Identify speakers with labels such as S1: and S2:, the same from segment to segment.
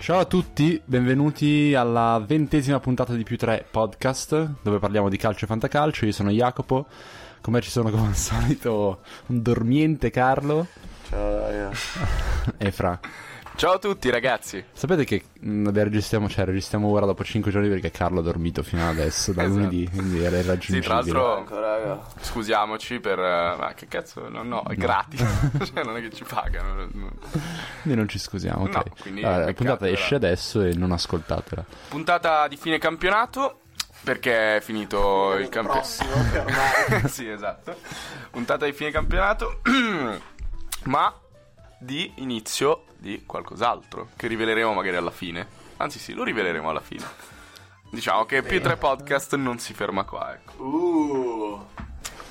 S1: Ciao a tutti, benvenuti alla ventesima puntata di Più 3 Podcast, dove parliamo di calcio e fantacalcio. Io sono Jacopo, con me ci sono come al solito un dormiente Carlo
S2: Ciao raga.
S1: e Fra.
S3: Ciao a tutti ragazzi.
S1: Sapete che mh, abbiamo- registriamo, cioè, registriamo ora dopo 5 giorni perché Carlo ha dormito fino adesso, da
S3: Esatto.
S1: lunedì, quindi era irraggiungibile.
S3: Sì, tra l'altro-
S2: Ecco raga.
S3: Scusiamoci per... eh, Ma che cazzo? No, no, è gratis. cioè, non è che ci pagano. no.
S1: Noi non ci scusiamo, ok.
S3: No, quindi
S1: Allora, la
S3: peccato,
S1: puntata
S3: allora.
S1: esce adesso e non ascoltatela.
S3: Puntata di fine campionato. Perché è finito il campionato.
S2: Prossimo, fermare.
S3: sì, esatto. Puntata di fine campionato. ma di inizio di qualcos'altro. Che riveleremo magari alla fine. Anzi, sì, lo riveleremo alla fine. Diciamo che più tre podcast non si ferma qua, ecco.
S2: Uh.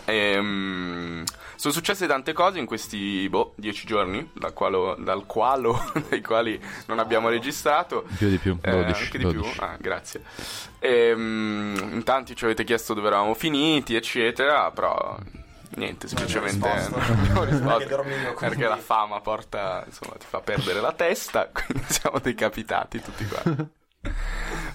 S3: Ehm, sono successe tante cose in questi boh, dieci giorni, da qualo- dal qualo, dai quali non abbiamo registrato.
S1: Più di più,
S3: Eh,
S1: 12,
S3: anche di
S1: 12.
S3: più, ah, grazie. Ehm, in tanti ci avete chiesto dove eravamo finiti, eccetera, però niente, semplicemente
S2: risposto.
S3: non abbiamo risposto,
S2: Perché dormivo, quindi.
S3: perché la fama porta, insomma, ti fa perdere la testa, quindi siamo decapitati tutti qua.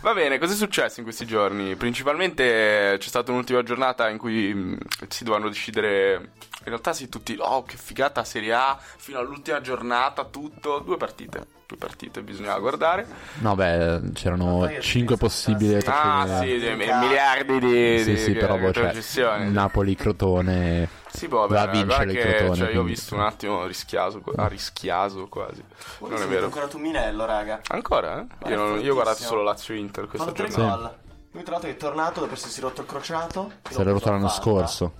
S3: Va bene, cosa è successo in questi giorni? Principalmente eh, c'è stata un'ultima giornata in cui mh, si dovevano decidere. In realtà sì, tutti. Oh, che figata Serie A! Fino all'ultima giornata, tutto. Due partite. Due partite bisognava guardare.
S1: No, beh, c'erano
S2: Ma poi
S1: 5
S2: penso
S1: possibili
S2: che
S3: Ah,
S1: retrocedimenti.
S3: sì, sì, miliardi di,
S1: Sì,
S3: di
S1: sì, però boh, cioè,
S3: retrocessioni.
S1: Napoli, Crotone.
S3: Sì, boh,
S1: va a
S3: vabbè,
S1: vincere
S3: guarda
S1: il
S3: che
S1: Crotone,
S3: cioè, io ho
S1: quindi.
S3: visto un attimo rischiaso, a rischiaso quasi.
S2: Poi
S3: non è
S2: sento
S3: vero.
S2: ancora Tuminello raga.
S3: Ancora?
S2: Ma
S3: Eh? Io,
S2: è
S3: non- io ho guardato
S2: fortissimo.
S3: solo Lazio Inter questa
S2: Fatto tre
S3: giornata.
S2: gol. Lui tra l'altro è tornato dopo essersi rotto il crociato.
S1: Si era rotto l'anno scorso.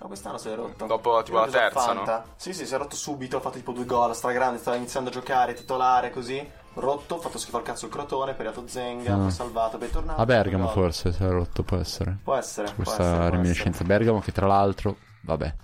S2: Ma quest'anno si è rotto.
S3: Dopo, tipo,
S2: Io ho
S3: la
S2: preso
S3: terza,
S2: Fanta. Sì, sì, si è rotto subito, ha fatto tipo due gol, stragrande, stava iniziando a giocare, titolare, così. Rotto, fatto schifo al cazzo il crotone, periato Zenga,
S1: Ah.
S2: poi salvato, poi è tornato.
S1: A Bergamo
S2: gol.
S1: forse si era rotto, può essere.
S2: Può essere, può essere, può
S1: Questa reminiscenza. Bergamo che tra l'altro, vabbè.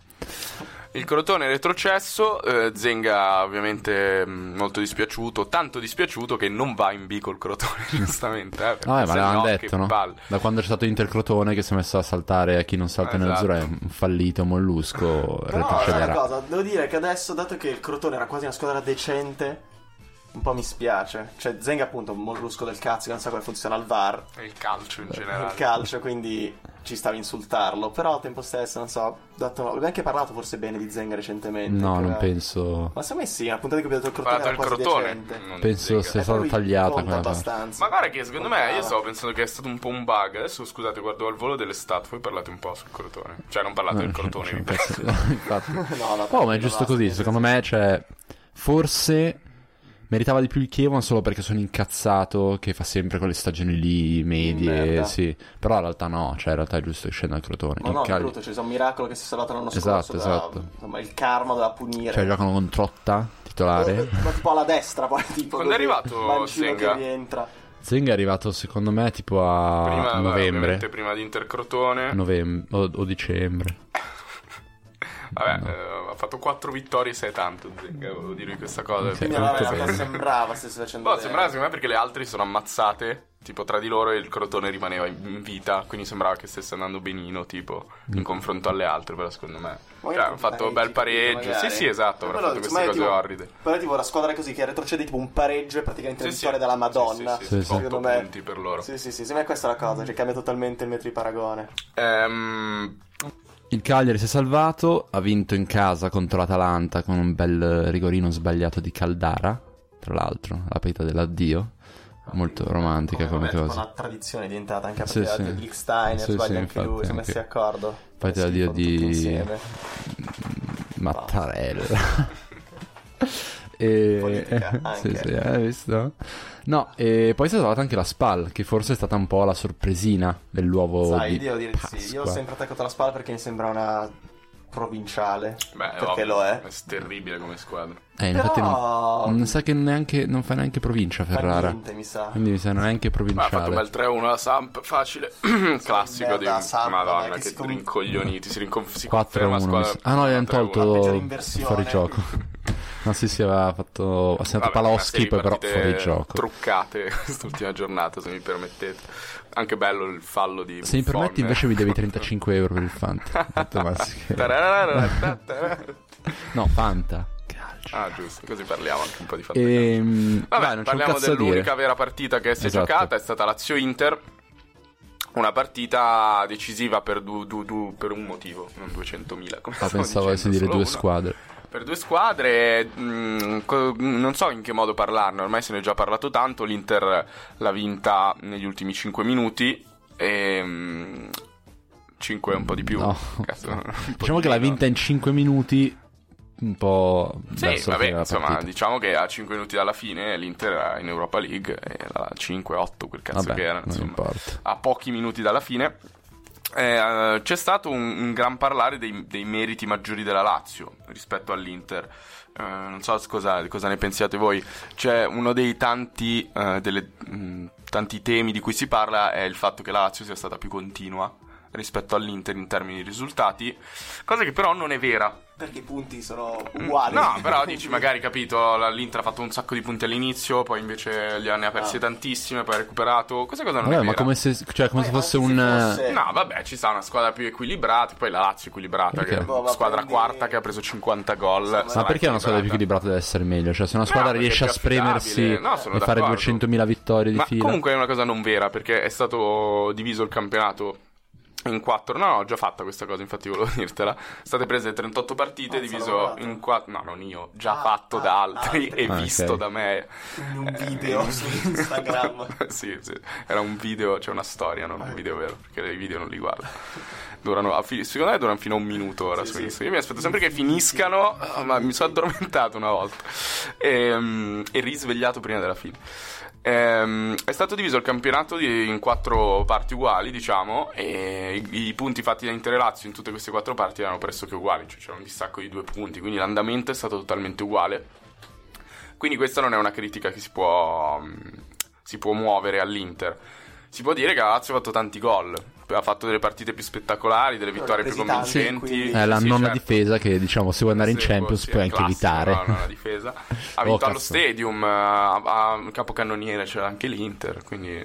S3: Il Crotone è retrocesso, eh, Zenga ovviamente mh, molto dispiaciuto, tanto dispiaciuto che non va in B col Crotone, giustamente. Eh, perché
S1: No, eh,
S3: se
S1: ma l'avevano
S3: che
S1: detto, no?
S3: palle.
S1: Da quando c'è stato Inter Crotone che si è messo a saltare a chi non salta
S3: Ah,
S1: nella
S3: esatto.
S1: nell'azzurra è un fallito mollusco.
S2: Però sai una
S1: retrocederà.
S2: cosa, devo dire che adesso, dato che il Crotone era quasi una squadra decente, un po' mi spiace. Cioè, Zenga appunto è un mollusco del cazzo che non sa come funziona il VAR,
S3: E Il calcio in
S2: il
S3: generale.
S2: calcio, quindi ci stava a insultarlo. Però al tempo stesso, non so, dato, abbiamo anche parlato forse bene di Zenga recentemente.
S1: No,
S2: che
S1: non
S2: era-
S1: penso.
S2: Ma secondo me sì, una puntata di cui abbiamo
S3: Ho
S2: dato il Crotone
S3: parlato
S2: era
S3: del
S2: quasi
S3: Crotone.
S2: decente.
S3: non
S1: Penso
S3: Zenga.
S1: se- È
S2: Eh,
S1: stata
S2: poi
S1: tagliata
S2: conta
S1: quella parte.
S2: abbastanza.
S3: Ma guarda che secondo me io
S2: Contava.
S3: stavo pensando che è stato un po' un bug. Adesso scusate, guardo al volo delle stat, voi parlate un po' sul Crotone. Cioè non parlate del Crotone,
S1: c'è
S3: vi
S1: un
S3: prego.
S1: pezzo- Infatti.
S2: No, no,
S1: Oh, ma è
S2: no,
S1: giusto
S2: no,
S1: così.
S2: sì,
S1: Secondo
S2: sì,
S1: me, cioè, forse meritava di più il Chievo solo perché sono incazzato che fa sempre quelle stagioni lì medie,
S2: Merda.
S1: sì. Però in realtà no, cioè in realtà è giusto che scenda al Crotone.
S2: Ma
S1: Il
S2: no, è
S1: Cagli-
S2: brutto, cioè, è un miracolo che si è salvato l'anno
S1: Esatto,
S2: scorso. doveva-
S1: esatto.
S2: Insomma, il karma doveva punire.
S1: Cioè giocano con Trotta, titolare.
S2: Ma tipo alla destra, poi tipo.
S3: Quando è
S2: così,
S3: arrivato
S2: Mancino
S3: Senga?
S2: che rientra.
S1: Zenga è arrivato secondo me tipo a
S3: Prima, vabbè,
S1: novembre.
S3: ovviamente prima di Inter Crotone.
S1: Novembre o, o dicembre.
S3: Vabbè, eh, ha fatto 4 vittorie, sei tanto, Zenga, volevo dirvi questa cosa.
S1: Sì,
S3: perché-
S2: Quindi
S1: È
S2: allora,
S1: tutto
S2: in realtà
S1: bene.
S2: sembrava stesse facendo.
S3: Boh,
S2: bene.
S3: sembrava secondo me perché le altre si sono ammazzate, tipo tra di loro e il crotone rimaneva in vita, quindi sembrava che stesse andando benino, tipo,
S1: Mm.
S3: in confronto alle altre, però secondo me.
S2: Magari
S3: cioè, hanno fatto un bel pareggio.
S2: magari. Eh,
S3: Sì, sì, esatto, hanno
S2: Però,
S3: fatto queste
S2: insomma,
S3: cose
S2: tipo-
S3: orride.
S2: Però tipo la squadra così che retrocede tipo un pareggio e praticamente
S3: Sì,
S2: una
S3: sì.
S2: vittoria dalla Madonna.
S3: Sì,
S1: sì, sì, sì.
S2: Secondo
S3: Otto
S2: me.
S3: punti per loro.
S2: Sì, sì, sì, secondo me questa è la cosa, cioè cambia totalmente il metro di paragone.
S3: Ehm,
S1: Il Cagliari si è salvato, ha vinto in casa contro l'Atalanta con un bel rigorino sbagliato di Caldara, tra l'altro, la peta dell'addio. Molto romantica come
S2: vabbè, tipo
S1: cosa.
S2: una tradizione è diventata anche a
S1: Sì,
S2: partire
S1: sì.
S2: da Dick Steiner,
S1: Sì,
S2: sbaglia
S1: sì,
S2: anche lui,
S1: infatti,
S2: si è messi
S1: anche-
S2: d'accordo.
S1: Poi te
S2: Sì,
S1: la dia
S2: tutti
S1: di-
S2: insieme.
S1: Mattarella. e...
S2: Politica,
S1: sì,
S2: anche.
S1: sì, eh, hai visto? No, e poi si è trovata anche la SPAL, che forse è stata un po' la sorpresina dell'uovo
S2: Sai,
S1: di
S2: io devo dire di sì. Io ho
S1: Pasqua.
S2: sempre attaccato la spalla perché mi sembra una provinciale.
S3: beh,
S2: perché
S3: ovvio,
S2: lo è.
S3: terribile come squadra.
S1: Eh, infatti
S2: Però-
S1: non, Mm. non sa che neanche, non fa neanche provincia
S2: Fa
S1: Ferrara.
S2: niente, mi sa.
S1: Quindi mi sa neanche
S3: Ma ha fatto un
S1: provinciale.
S3: bel 3-1 la Samp, facile, classico
S2: merda,
S3: di
S2: la Samp, dai,
S3: Madonna,
S2: che
S3: che,
S2: si con-
S3: rincoglioniti, si, rincon- si
S1: 4-1.
S3: conferma
S1: mi
S3: squadra.
S1: sa. Ah no, gli hanno
S3: 4-1.
S2: peggiore
S1: tolto
S2: inversione.
S1: fuori gioco. No, sì, sì, aveva fatto... Ha segnato
S3: Vabbè, una
S1: Paloschi,
S3: serie
S1: poi
S3: di
S1: però
S3: partite
S1: fuori gioco.
S3: Truccate quest'ultima giornata, se mi permettete. Anche bello il fallo di.
S1: Se mi
S3: Buffon,
S1: permetti,
S3: eh.
S1: invece mi devi 35 euro per il Fanta. Ho detto, ma sì che-
S3: Tarararara, tarara.
S1: No, Fanta. Calcio. calcio.
S3: Ah, giusto, così parliamo anche un po' di fantacalcio.
S1: Ehm,
S3: Vabbè,
S1: vai, non c'è un
S3: parliamo
S1: cazzo da
S3: dell'unica
S1: dire.
S3: vera partita che si è
S1: Esatto.
S3: giocata, è stata Lazio-Inter, una partita decisiva per, du- du- du- per un motivo, non 200.000
S1: Ah,
S3: come stavo
S1: pensavo
S3: dicendo,
S1: avessi dire
S3: solo
S1: due
S3: uno.
S1: squadre.
S3: Per due squadre, mh, co- non so in che modo parlarne, ormai se ne è già parlato tanto, l'Inter l'ha vinta negli ultimi 5 minuti e... 5 un po' di più.
S1: No.
S3: Cazzo, un po'
S1: Diciamo
S3: di
S1: che l'ha
S3: meno.
S1: vinta in 5 minuti, un po'.
S3: Sì,
S1: verso la fine
S3: vabbè,
S1: della
S3: insomma,
S1: partita.
S3: diciamo che a 5 minuti dalla fine l'Inter era in Europa League, era 5-8 quel cazzo
S1: Vabbè,
S3: che era,
S1: non
S3: insomma,
S1: importa.
S3: a pochi minuti dalla fine. Eh, c'è stato un, un gran parlare dei, dei meriti maggiori della Lazio rispetto all'Inter. Eh, non so cosa, cosa ne pensiate voi. C'è uno dei tanti, eh, delle, mh, tanti temi di cui si parla è il fatto che la Lazio sia stata più continua rispetto all'Inter in termini di risultati, cosa che però non è vera.
S2: Perché i punti sono
S3: Mm,
S2: uguali.
S3: No, però dici magari, capito, la- l'Inter ha fatto un sacco di punti all'inizio, poi invece li ha, ne ha persi
S2: Ah.
S3: tantissime, poi ha recuperato. Questa cosa non
S1: Vabbè,
S3: è
S1: ma
S3: vera.
S1: come se, cioè, come se
S2: Ma
S1: fosse
S2: anche
S1: un. eh,
S2: se fosse-
S3: No, vabbè, ci sta una squadra più equilibrata, poi la Lazio equilibrata,
S1: Perché?
S3: che è
S2: Boh,
S3: una
S2: ma
S3: squadra
S2: prendi-
S3: quarta che ha preso 50 gol.
S2: Ma
S1: Ma
S3: sarà
S1: perché una squadra più equilibrata deve essere meglio? Cioè, se una squadra
S3: perché è
S1: riesce a
S3: più affidabile.
S1: spremersi
S3: No, sono
S1: e fare
S3: d'accordo.
S1: 200.000 vittorie di
S3: Ma
S1: fila.
S3: comunque è una cosa non vera, perché è stato diviso il campionato in quattro. No, no, ho già fatta questa cosa, infatti volevo dirtela. State prese 38 partite,
S2: Ah, sono
S3: diviso
S2: lavorato.
S3: in quattro. No, non io, già
S2: Ah,
S3: fatto
S2: ah,
S3: da altri
S2: altri.
S3: e
S1: Ah, ok.
S3: visto da me.
S2: In un
S3: Eh,
S2: video su Instagram. Eh.
S3: sì, sì, era un video, c'è una storia, non un video vero, perché i video non li guardo. Durano, a fi- secondo me durano fino a un minuto ora
S2: Sì,
S3: su
S2: sì.
S3: Instagram. Io mi aspetto sempre che finiscano, ah, ma mi sono addormentato una volta Ehm, e, risvegliato prima della fine. Ehm, è stato diviso il campionato di- in quattro parti uguali, diciamo, e i, i punti fatti da Inter e Lazio in tutte queste quattro parti erano pressoché uguali, cioè c'era un distacco di due punti, quindi l'andamento è stato totalmente uguale. Quindi questa non è una critica che si può, mm, si può muovere all'Inter. Si può dire che la Lazio ha fatto tanti gol, ha fatto delle partite più spettacolari, delle
S2: Allora,
S3: vittorie più
S2: presi tanti,
S3: convincenti.
S2: quindi-
S1: È Eh, la
S3: Sì,
S1: nonna
S3: certo.
S1: difesa che, diciamo, se vuoi andare in
S3: Sì,
S1: Champions
S3: sì,
S1: puoi
S3: è
S1: anche
S3: classico,
S1: evitare.
S3: no, no, la difesa. Ha
S1: Oh,
S3: vinto allo
S1: cazzo.
S3: Stadium, a, a- capocannoniere c'era anche l'Inter, quindi ha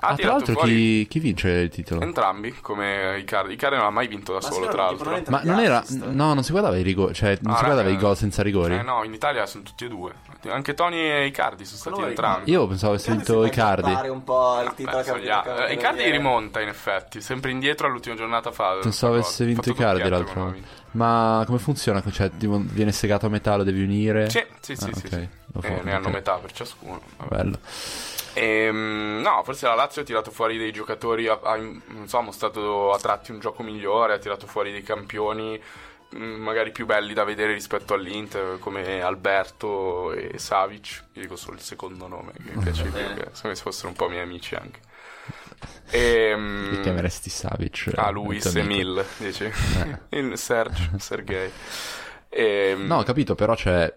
S1: Ah, tra
S3: tirato
S1: l'altro,
S3: fuori
S1: chi, chi vince il titolo?
S3: entrambi come Icardi. Icardi non ha mai vinto da
S2: Ma
S3: solo,
S2: sì,
S3: tra
S2: no,
S3: l'altro.
S2: tipo,
S1: Ma non era.
S2: assist.
S1: No, non si guardava i rigori. Cioè, non
S3: Ah,
S1: si guardava
S3: raga.
S1: i gol senza rigori.
S3: Eh no, in Italia sono tutti e due. Anche Tony e Icardi sono stati
S2: Allora,
S3: entrambi.
S1: Io pensavo avessi vinto Icardi.
S2: Fare un po' il
S3: No,
S2: titolo
S3: penso
S2: che
S3: gli altri. Eh, Icardi rimonta in effetti, sempre indietro all'ultima giornata fa.
S1: Pensavo
S3: fa
S1: avesse
S3: gol.
S1: vinto
S3: Fatto
S1: Icardi
S3: doppietto
S1: l'altro.
S3: quando ha vinto.
S1: Ma come funziona? Cioè, tipo, viene segato a metà, lo devi unire?
S3: Sì, sì, sì,
S1: Ah,
S3: sì,
S1: ok.
S3: sì.
S1: Lo
S3: Eh,
S1: fa-
S3: ne hanno
S1: ok.
S3: metà per ciascuno. vabbè.
S1: Bello.
S3: Ehm, no, forse la Lazio ha tirato fuori dei giocatori, ha, ha- non so, ha mostrato a tratti un gioco migliore, ha tirato fuori dei campioni mh, magari più belli da vedere rispetto all'Inter come Alberto e Savic io dico solo il secondo nome che mi piace di più
S2: bene.
S3: che se fossero un po' miei amici anche Ehm,
S1: Li chiameresti Savic.
S3: Ah,
S1: eh, il tuo
S3: Luis
S1: amico. Eh.
S3: Emil, dici? Il Serge, Sergei. Ehm,
S1: No, ho capito, però, cioè.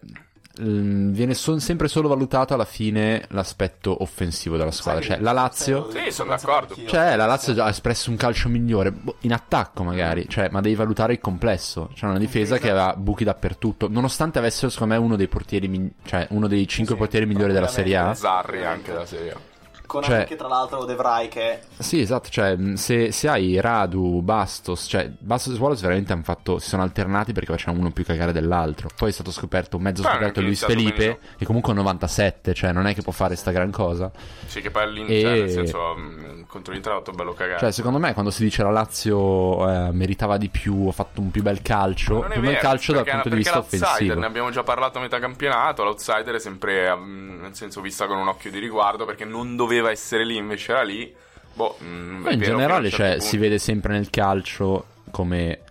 S1: ehm, Viene son- sempre solo valutato alla fine l'aspetto offensivo della squadra. Cioè, la Lazio.
S3: Sì, sono d'accordo.
S1: Cioè, la Lazio ha espresso un calcio migliore, boh, in attacco magari, cioè, ma devi valutare il complesso. C'è una difesa che aveva buchi dappertutto, nonostante avessero, secondo me, uno dei portieri, mig- cioè, uno dei cinque
S2: Sì,
S1: portieri migliori della Serie A.
S2: sicuramente.
S1: eh.
S3: Zarri anche la Serie A.
S2: Con
S1: cioè-
S2: anche tra l'altro De Vrij che
S1: Sì, esatto, cioè, mh, se, se hai Radu, Bastos, cioè, Bastos e Suarez veramente hanno fatto, si sono alternati perché facevano uno più cagare dell'altro. Poi è stato scoperto, mezzo
S3: Beh,
S1: scoperto
S3: hanno
S1: Luis
S3: iniziato
S1: Felipe,
S3: benissimo.
S1: che comunque ha 97, cioè, non è che può fare sta gran cosa.
S3: Sì, che poi all'Inter,
S1: E-
S3: nel senso, mh, contro l'Inter ha fatto bello cagare.
S1: Cioè, secondo me, quando si dice la Lazio eh, meritava di più, ha fatto un più bel calcio,
S3: Ma non è
S1: più bel
S3: vero,
S1: calcio dal
S3: perché-
S1: punto di
S3: perché
S1: vista
S3: l'outsider,
S1: offensivo.
S3: Ne abbiamo già parlato a metà campionato. L'outsider è sempre, mm, nel senso, vista con un occhio di riguardo perché non doveva essere lì, invece era lì. Boh, mm,
S1: Poi
S3: è
S1: in
S3: vero
S1: generale,
S3: fino a
S1: cioè,
S3: un certo
S1: si vede sempre nel calcio come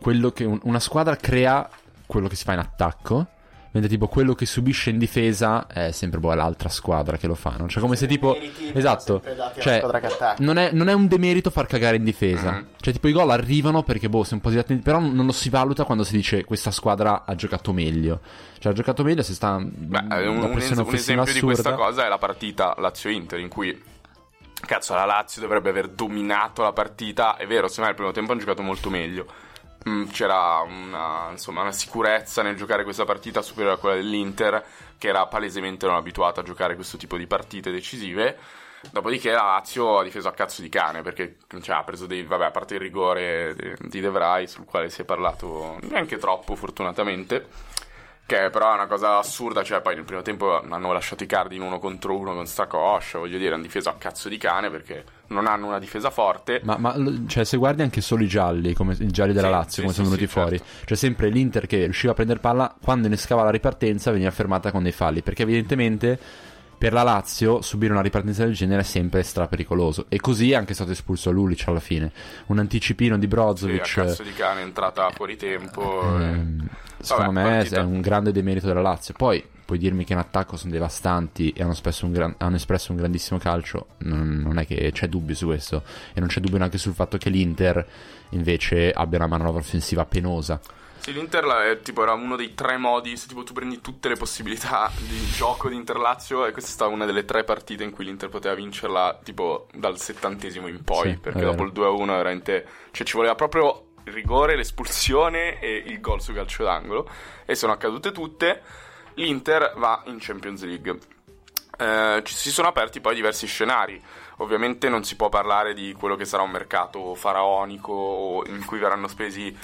S1: quello che un- una squadra crea quello che si fa in attacco. Mentre tipo quello che subisce in difesa è sempre poi l'altra squadra che lo fa. Non cioè come se tipo. Esatto. Cioè, non è, non è un demerito far cagare in difesa.
S3: Mhm.
S1: Cioè, tipo, i gol arrivano perché, boh, sei un po' di attenti. Però non lo si valuta quando si dice questa squadra ha giocato meglio. Cioè, ha giocato meglio se sta.
S3: Beh,
S1: una
S3: un, un es-
S1: pressione
S3: un
S1: offensiva
S3: esempio di questa
S1: assurda.
S3: cosa è la partita Lazio-Inter in cui cazzo la Lazio dovrebbe aver dominato la partita, è vero, semmai al primo tempo hanno giocato molto meglio. Mm, C'era una, insomma, una sicurezza nel giocare questa partita superiore a quella dell'Inter, che era palesemente non abituata a giocare questo tipo di partite decisive. Dopodiché la Lazio ha difeso a cazzo di cane perché cioè, ha preso dei. Vabbè, a parte il rigore di De Vrij, sul quale si è parlato neanche troppo, fortunatamente. Che però è una cosa assurda, cioè poi nel primo tempo hanno lasciato i cardi in uno contro uno con Sacoscia, voglio dire, hanno difeso a cazzo di cane perché non hanno una difesa forte.
S1: Ma, ma lo- cioè, se guardi anche solo i gialli, come i gialli della
S3: Sì,
S1: Lazio,
S3: sì,
S1: come
S3: sì,
S1: sono
S3: sì, certo.
S1: venuti fuori, c'è sempre l'Inter che riusciva a prendere palla, quando innescava la ripartenza veniva fermata con dei falli, perché evidentemente per la Lazio subire una ripartenza del genere è sempre strapericoloso. E così è anche stato espulso Lulic alla fine. Un anticipino di
S3: Sì, a
S1: Brozovic.
S3: cazzo di cane è entrata fuori tempo. eh. e-
S1: ehm, secondo
S3: Vabbè,
S1: me
S3: partita.
S1: è un grande demerito della Lazio. Poi puoi dirmi che in attacco sono devastanti e hanno, spesso un gran- hanno espresso un grandissimo calcio. Non, non è che c'è dubbio su questo. E non c'è dubbio neanche sul fatto che l'Inter invece abbia una manovra offensiva penosa.
S3: Sì, l'Inter la- è, tipo, era uno dei tre modi, se tipo tu prendi tutte le possibilità di gioco di Inter-Lazio e questa è stata una delle tre partite in cui l'Inter poteva vincerla tipo dal settantesimo in poi,
S1: Sì,
S3: perché
S1: è vero.
S3: dopo il 2-1 veramente, cioè ci voleva proprio il rigore, l'espulsione e il gol su calcio d'angolo e sono accadute tutte, l'Inter va in Champions League. Eh, ci si sono aperti poi diversi scenari. Ovviamente non si può parlare di quello che sarà un mercato faraonico o in cui verranno spesi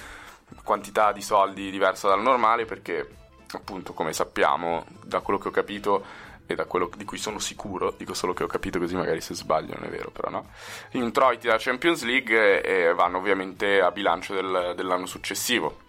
S3: quantità di soldi diversa dal normale perché appunto come sappiamo da quello che ho capito e da quello di cui sono sicuro, dico solo che ho capito così magari se sbaglio non è vero però no, gli introiti della Champions League eh, vanno ovviamente a bilancio del- dell'anno successivo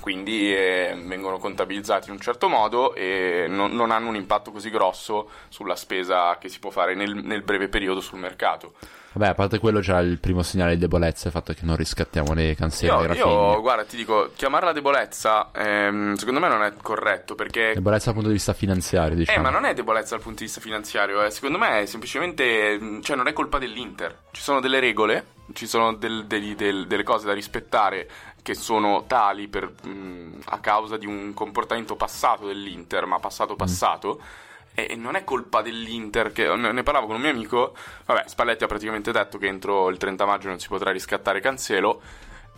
S3: quindi eh, vengono contabilizzati in un certo modo e non, non hanno un impatto così grosso sulla spesa che si può fare nel- nel breve periodo sul mercato
S1: Vabbè, a parte quello, già il primo segnale di debolezza è il fatto che non riscattiamo le
S3: Io,
S1: canzoni.
S3: io, guarda, ti dico, chiamarla debolezza ehm, secondo me non è corretto perché...
S1: Debolezza dal punto di vista finanziario,
S3: eh,
S1: diciamo.
S3: ma non è debolezza dal punto di vista finanziario, eh. secondo me è semplicemente... mh, cioè non è colpa dell'Inter, ci sono delle regole, ci sono del- degli- del- delle cose da rispettare che sono tali per, mh, a causa di un comportamento passato dell'Inter, ma passato passato. E e non è colpa dell'Inter, che ne ne parlavo con un mio amico. Vabbè, Spalletti ha praticamente detto che entro il 30 maggio non si potrà riscattare Cancelo.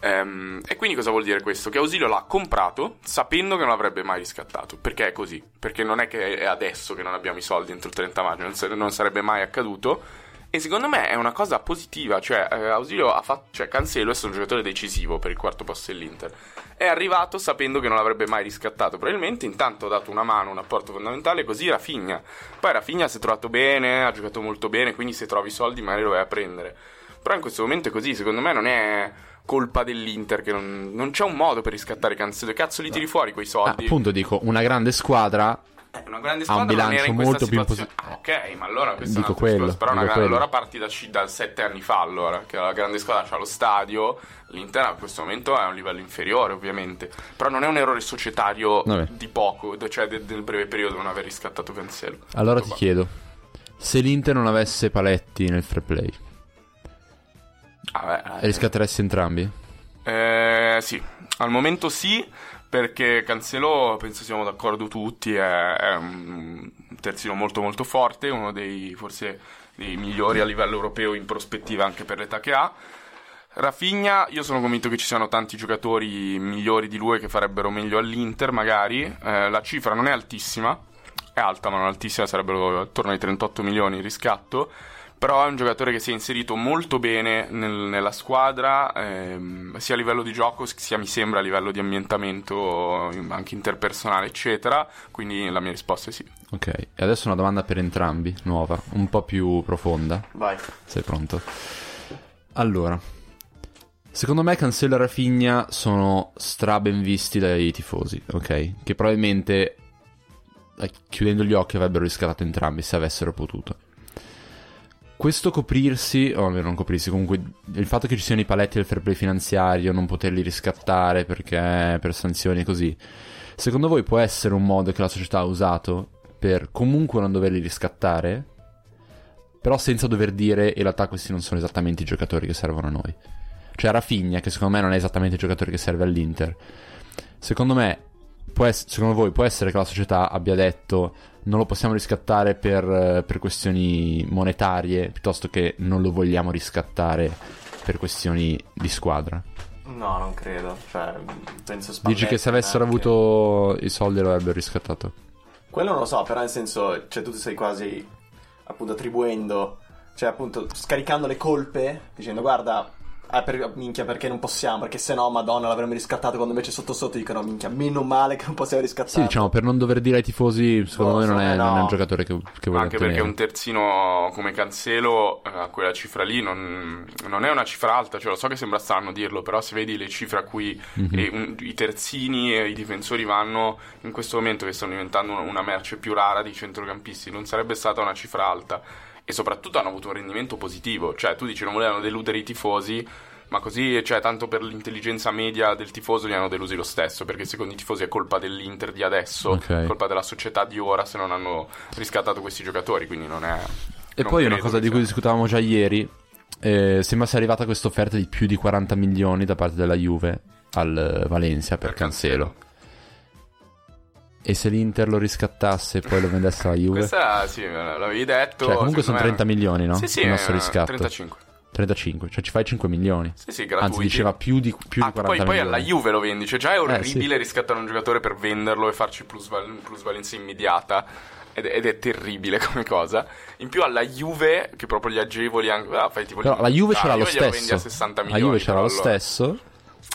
S3: Ehm, e quindi cosa vuol dire questo? Che Ausilio l'ha comprato sapendo che non l'avrebbe mai riscattato. Perché è così? Perché non è che è adesso che non abbiamo i soldi entro il 30 maggio, non, sare- non sarebbe mai accaduto. E secondo me è una cosa positiva, cioè eh, Ausilio ha fatto, cioè Cancelo è stato un giocatore decisivo per il quarto posto dell'Inter. È arrivato sapendo che non l'avrebbe mai riscattato, probabilmente intanto ha dato una mano, un apporto fondamentale, così Rafinha. Poi Rafinha si è trovato bene, ha giocato molto bene, quindi se trovi i soldi magari lo vai a prendere. Però in questo momento è così, secondo me non è colpa dell'Inter che non, non c'è un modo per riscattare Cancelo, cazzo li tiri fuori quei
S1: Ah,
S3: soldi.
S1: appunto, dico, una grande squadra
S3: Eh, una grande
S1: Ha un
S3: squadra non era in
S1: bilancio
S3: questa
S1: molto più
S3: situazione. Ah, ok, ma allora questo
S1: Dico
S3: è un altro discorso,
S1: quello,
S3: Però una
S1: dico
S3: grande-
S1: quello.
S3: allora parti da, C- da sette anni fa, allora, che la grande squadra c'ha lo stadio, l'Inter a questo momento è a un livello inferiore, ovviamente. Però non è un errore societario
S1: Vabbè.
S3: di poco, de- cioè de- del breve periodo non aver riscattato Cancelo.
S1: Allora ti
S3: Tutto qua.
S1: chiedo, se l'Inter non avesse Paletti nel free play,
S3: Ah, beh,
S1: riscatteresti entrambi?
S3: Eh, sì, al momento sì, perché Cancelo, penso siamo d'accordo tutti, è, è un terzino molto molto forte, uno dei forse dei migliori a livello europeo in prospettiva anche per l'età che ha. Rafinha, io sono convinto che ci siano tanti giocatori migliori di lui che farebbero meglio all'Inter, magari. Eh, la cifra non è altissima, è alta ma non altissima, sarebbero attorno ai 38 milioni in riscatto. Però è un giocatore che si è inserito molto bene nel- nella squadra, ehm, sia a livello di gioco, sia mi sembra a livello di ambientamento, eh, anche interpersonale, eccetera. Quindi la mia risposta è sì.
S1: Ok, e adesso una domanda per entrambi, nuova, un po' più profonda.
S2: Vai.
S1: Sei pronto? Allora, secondo me Cancelo e Rafinha sono stra ben visti dai tifosi, ok? Che probabilmente eh, chiudendo gli occhi avrebbero riscattato entrambi se avessero potuto. Questo coprirsi, o almeno non coprirsi, comunque il fatto che ci siano i paletti del fair play finanziario, non poterli riscattare perché per sanzioni e così, secondo voi può essere un modo che la società ha usato per comunque non doverli riscattare? Però senza dover dire in realtà questi non sono esattamente i giocatori che servono a noi. Cioè Rafinha, che secondo me non è esattamente il giocatore che serve all'Inter. Secondo me, può ess- secondo voi può essere che la società abbia detto non lo possiamo riscattare per, eh, per questioni monetarie, piuttosto che non lo vogliamo riscattare per questioni di squadra.
S2: No, non credo. Cioè, penso Spalletti
S1: Dici che se avessero
S2: neanche-
S1: avuto i soldi lo avrebbero riscattato.
S2: Quello non lo so, però nel senso, cioè tu ti stai quasi appunto attribuendo, cioè appunto scaricando le colpe, dicendo guarda, Ah, per- minchia, perché non possiamo? Perché se no, Madonna, l'avremmo riscattato quando invece sotto sotto dicono, minchia, meno male che non possiamo
S1: Sì,
S2: riscattare.
S1: diciamo, per non dover dire ai tifosi, secondo
S2: No,
S1: me non
S2: secondo
S1: è,
S2: me no.
S1: non è un giocatore che, che vuole
S3: Oh, Anche perché un
S1: ottenere.
S3: terzino come Cancelo, eh, a quella cifra lì, non, non è una cifra alta. Cioè, lo so che sembra strano dirlo, però se vedi le cifre a cui
S1: Mhm.
S3: eh, un- i terzini e i difensori vanno in questo momento, che stanno diventando un- una merce più rara di centrocampisti, non sarebbe stata una cifra alta. E soprattutto hanno avuto un rendimento positivo. Cioè, tu dici non volevano deludere i tifosi. Ma così, cioè, tanto per l'intelligenza media del tifoso li hanno delusi lo stesso, perché secondo i tifosi è colpa dell'Inter di adesso,
S1: Ok.
S3: colpa della società di ora se non hanno riscattato questi giocatori, quindi non è...
S1: E
S3: non
S1: poi una
S3: credo
S1: cosa
S3: che
S1: di cui
S3: sia-
S1: discutavamo già ieri, eh, sembra sia arrivata questa offerta di più di 40 milioni da parte della Juve al eh, Valencia per, Cancelo. E se l'Inter lo riscattasse e poi lo vendesse alla Juve?
S3: Questa, sì, l'avevi detto...
S1: Cioè, comunque
S3: secondo
S1: sono
S3: me-
S1: 30 milioni, no?
S3: Sì, sì,
S1: Il nostro
S3: eh,
S1: riscatto.
S3: 35.
S1: 35, cioè ci fai 5 milioni.
S3: Sì, sì, gratuiti.
S1: Anzi, diceva più di, più
S3: Ah,
S1: di 40
S3: poi, poi
S1: milioni. Eh,
S3: alla Juve lo vendi, cioè già è orribile
S1: sì.
S3: riscattare un giocatore per venderlo e farci plusval- plusvalenza immediata. Ed è, ed è terribile come cosa. In più alla Juve, che proprio gli agevoli anche. Ah, fai tipo
S1: Però la Juve
S3: Ah,
S1: c'era lo
S3: Juve glielo vendi
S1: stesso.
S3: a 60
S1: La
S3: milioni.
S1: Juve c'era
S3: però
S1: lo
S3: allora-
S1: stesso.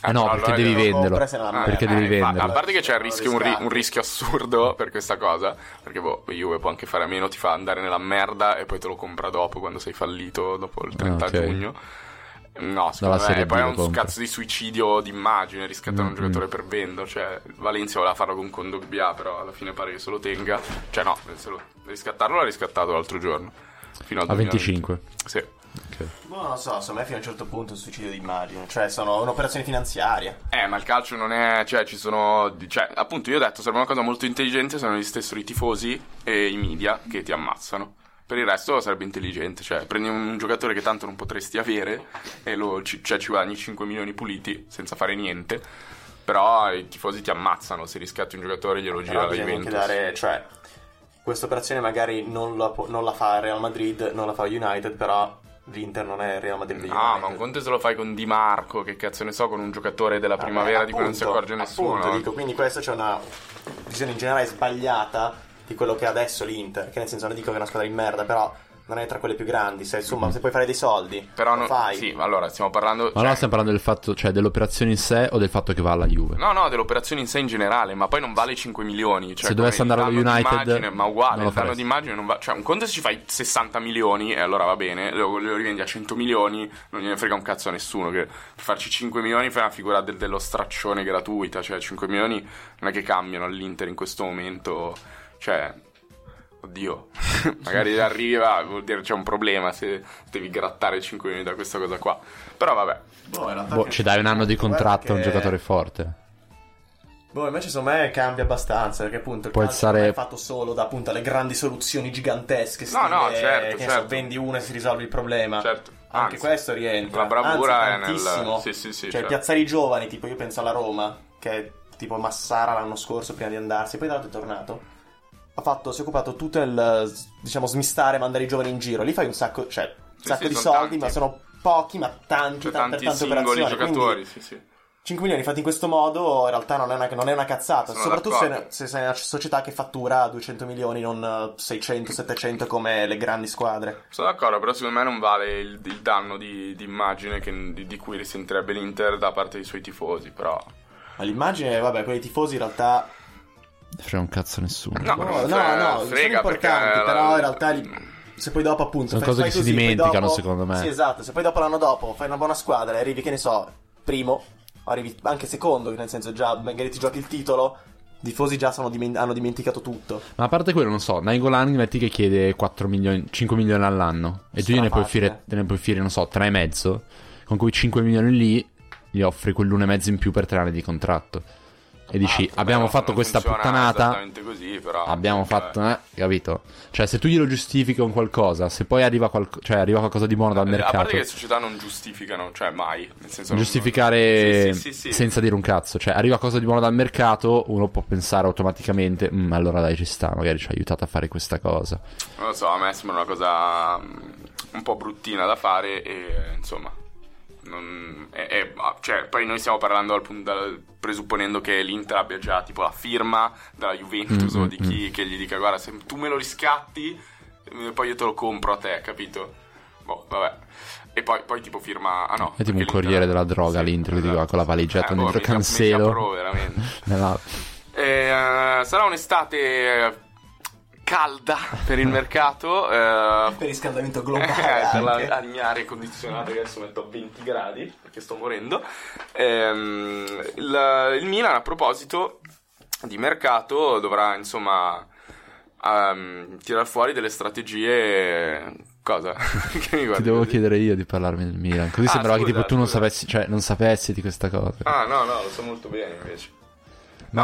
S3: Ah,
S1: Eh no,
S3: però
S1: perché
S3: allora
S1: devi
S3: glielo
S2: compra,
S1: venderlo.
S2: se no la
S3: Ah,
S1: Perché
S3: eh,
S1: devi
S3: eh, ma-
S1: venderlo.
S3: A parte che c'è il rischio- un, ri-
S2: Riscatti.
S3: un rischio assurdo per questa cosa, perché boh, Juve può anche fare a meno, ti fa andare nella merda e poi te lo compra dopo, quando sei fallito, dopo il 30
S1: Ah, ok.
S3: giugno. No, secondo
S1: Dalla
S3: me
S1: Serie B
S3: poi è
S1: lo
S3: un
S1: compra.
S3: cazzo di suicidio d'immagine riscattare un
S1: Mm,
S3: giocatore per vendo, cioè Valencia voleva farlo con Condogbia, però alla fine pare che se lo tenga. Cioè no, se lo- riscattarlo l'ha riscattato l'altro giorno. Fino al
S1: A
S3: 2020.
S1: 25.
S3: Sì.
S1: Ok.
S2: Boh, non lo so, secondo me fino a un certo punto è un suicidio di immagine. Cioè, sono un'operazione finanziaria.
S3: Eh, ma il calcio non è. Cioè, ci sono. Cioè, appunto, io ho detto, sarebbe una cosa molto intelligente se non esistessero i tifosi e i media che ti ammazzano. Per il resto sarebbe intelligente, cioè prendi un giocatore che tanto non potresti avere e lo, ci, cioè, ci guadagni 5 milioni puliti senza fare niente, però i tifosi ti ammazzano, se riscatti un giocatore glielo gira
S2: Però
S3: la
S2: bisogna anche
S3: Juventus.
S2: dare, cioè, questa operazione magari non la, può- non la fa Real Madrid, non la fa United, però l'Inter non è Real Madrid.
S3: No, ma un conto è se lo fai con Di Marco, che cazzo ne so, con un giocatore della primavera di cui non si accorge nessuno.
S2: Ah, Appunto, dico, quindi questa c'è una visione in generale sbagliata di quello che è adesso l'Inter, che nel senso non dico che è una squadra di merda, però non è tra quelle più grandi, se insomma se puoi fare dei soldi,
S3: Però
S2: lo
S3: non,
S2: fai.
S3: sì, ma allora stiamo parlando.
S1: Ma
S3: cioè,
S1: allora stiamo parlando del fatto, cioè dell'operazione in sé o del fatto che va alla Juve?
S3: No, no, dell'operazione in sé in generale, ma poi non vale 5 milioni. Cioè
S1: Se dovesse
S3: come il
S1: andare allo
S3: danno
S1: United,
S3: d'immagine, ma
S1: non
S3: uguale,
S1: lo
S3: il danno
S1: faresti.
S3: d'immagine non va. Cioè, un conto è se ci fai 60 milioni, e allora va bene, lo, lo rivendi a 100 milioni, non gliene frega un cazzo a nessuno. Che per farci 5 milioni fai una figura del- dello straccione gratuita. Cioè, 5 milioni non è che cambiano all'Inter in questo momento. Cioè. Oddio, magari arriva, vuol dire c'è un problema se devi grattare 5 milioni da questa cosa qua. Però vabbè,
S2: Boh, in realtà
S1: Boh,
S2: che-
S1: ci dai un anno di
S2: Guarda
S1: contratto a un
S2: che-
S1: giocatore forte.
S2: Boh, invece secondo me cambia abbastanza, perché appunto il
S1: Può
S2: calcio
S1: essere-
S2: non è fatto solo da appunto le grandi soluzioni gigantesche, stile,
S3: no, certo,
S2: che ne
S3: certo.
S2: So, vendi una e si risolve il problema.
S3: certo.
S2: Ah, Anche
S3: Anzi,
S2: questo rientra.
S3: La bravura
S2: Anzi,
S3: è nel.
S2: tantissimo.
S3: Sì, sì, sì.
S2: cioè,
S3: certo.
S2: piazzare i giovani, tipo io penso alla Roma, che è tipo Massara l'anno scorso prima di andarsi, poi tra l'altro è tornato. Ha fatto, si è occupato tutto il, diciamo, smistare, mandare i giovani in giro. Lì fai un sacco, cioè, un
S3: Sì,
S2: sacco
S3: sì,
S2: di
S3: sono
S2: soldi,
S3: tanti.
S2: ma sono pochi, ma tanti,
S3: Cioè,
S2: tante,
S3: tanti
S2: tante
S3: singoli
S2: operazioni. Quindi
S3: giocatori, sì, sì.
S2: 5 milioni fatti in questo modo in realtà non è una, non è una cazzata,
S3: Sono
S2: soprattutto se,
S3: d'accordo.
S2: se sei una società che fattura 200 milioni, non eh, 600, 700 come le grandi squadre.
S3: Sono d'accordo, però secondo me non vale il, il danno di, di immagine che- di, di cui risentirebbe l'Inter da parte dei suoi tifosi, però...
S2: Ma l'immagine, vabbè, quei tifosi in realtà...
S1: Frega un cazzo a nessuno.
S3: No,
S2: No,
S3: ma non
S2: no, no,
S3: fre-
S2: sono
S3: frega
S2: importanti,
S3: perché-
S2: però in realtà li- se poi dopo appunto...
S1: Sono
S2: fai-
S1: cose
S2: fai
S1: che si
S2: così, poi
S1: dimenticano,
S2: dopo-
S1: secondo me.
S2: Sì, esatto, se poi dopo l'anno dopo fai una buona squadra e arrivi, che ne so, primo, arrivi anche secondo, nel senso già magari ti giochi il titolo, i tifosi già sono dimen- hanno dimenticato tutto.
S1: Ma a parte quello, non so, Nainggolan metti che chiede 4 milioni, 5 milioni all'anno e tu gliene puoi,
S2: Strafacile.
S1: offrire, te ne puoi offrire, non so, 3 e mezzo, con quei 5 milioni lì gli offri quell'1 e mezzo in più per 3 anni di contratto. E dici,
S3: Ah,
S1: abbiamo
S3: però
S1: fatto
S3: non
S1: questa
S3: funziona
S1: puttanata,
S3: esattamente così, però...
S1: abbiamo
S3: cioè,
S1: fatto, eh, capito? Cioè, se tu glielo giustifichi con qualcosa, se poi arriva, qualco- cioè, arriva qualcosa di buono dal
S3: eh, A parte
S1: mercato,
S3: che le società non giustificano, cioè mai, nel senso... non-
S1: giustificare
S3: Sì, sì, sì, sì.
S1: senza dire un cazzo. Cioè, arriva cosa di buono dal mercato, uno può pensare automaticamente, "Mm, allora dai, ci sta, magari ci ha aiutato a fare questa cosa.
S3: Non lo so, a me sembra una cosa mm, un po' bruttina da fare e insomma. non- è- è- ah, cioè, poi noi stiamo parlando al punto dal- presupponendo che l'Inter abbia già tipo la firma della Juventus o di
S1: Mm,
S3: chi che gli dica guarda se tu me lo riscatti eh, poi io te lo compro a te, capito? Boh, vabbè. E poi, poi tipo firma... Ah no.
S1: È tipo
S3: perché
S1: un corriere
S3: l'Inter-
S1: della droga
S3: sì,
S1: l'intro, che
S3: esatto.
S1: dico, con la valigetta
S3: Eh, boh,
S1: dentro
S3: mi-
S1: cancelo.
S3: Mi capro, veramente.
S1: Nella-
S3: Eh, sarà un'estate eh, calda per il mercato. eh,
S2: Per riscaldamento
S3: eh,
S2: globale.
S3: per
S2: anche.
S3: la, la mia aria condizionata che adesso metto a 20 gradi perché sto morendo. Ehm, il, il Milan a proposito di mercato dovrà insomma ehm, tirar fuori delle strategie. Cosa? Che mi
S1: Ti
S3: guardi
S1: devo
S3: così?
S1: chiedere io di parlarmi del Milan. Così
S3: Ah,
S1: sembrava che
S3: scusa,
S1: tipo tu non
S3: scusa.
S1: sapessi, cioè, non sapessi di questa cosa.
S3: Ah, no, no, lo so molto bene invece. No,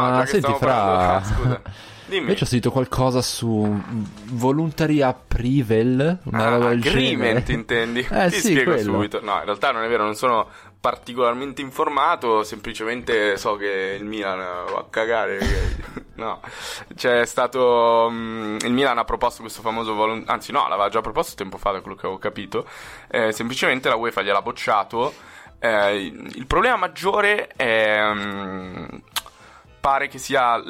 S1: Ma
S3: già che
S1: Ah, senti,
S3: stiamo
S1: fra.
S3: parlando- ah, scusa. Dimmi.
S1: Invece ho sentito qualcosa su Voluntaria Privel. Una roba
S3: Ah,
S1: del
S3: agreement
S1: genere.
S3: intendi?
S1: Eh,
S3: Ti
S1: sì,
S3: spiego
S1: quello.
S3: subito. No, in realtà non è vero, non sono particolarmente informato, semplicemente so che il Milan eh, va a cagare. perché- no, c'è stato. mm, il Milan ha proposto questo famoso volon- anzi, no, l'aveva già proposto tempo fa, da quello che avevo capito. Eh, semplicemente la UEFA gliel'ha bocciato. Eh, il problema maggiore è. mm, pare che sia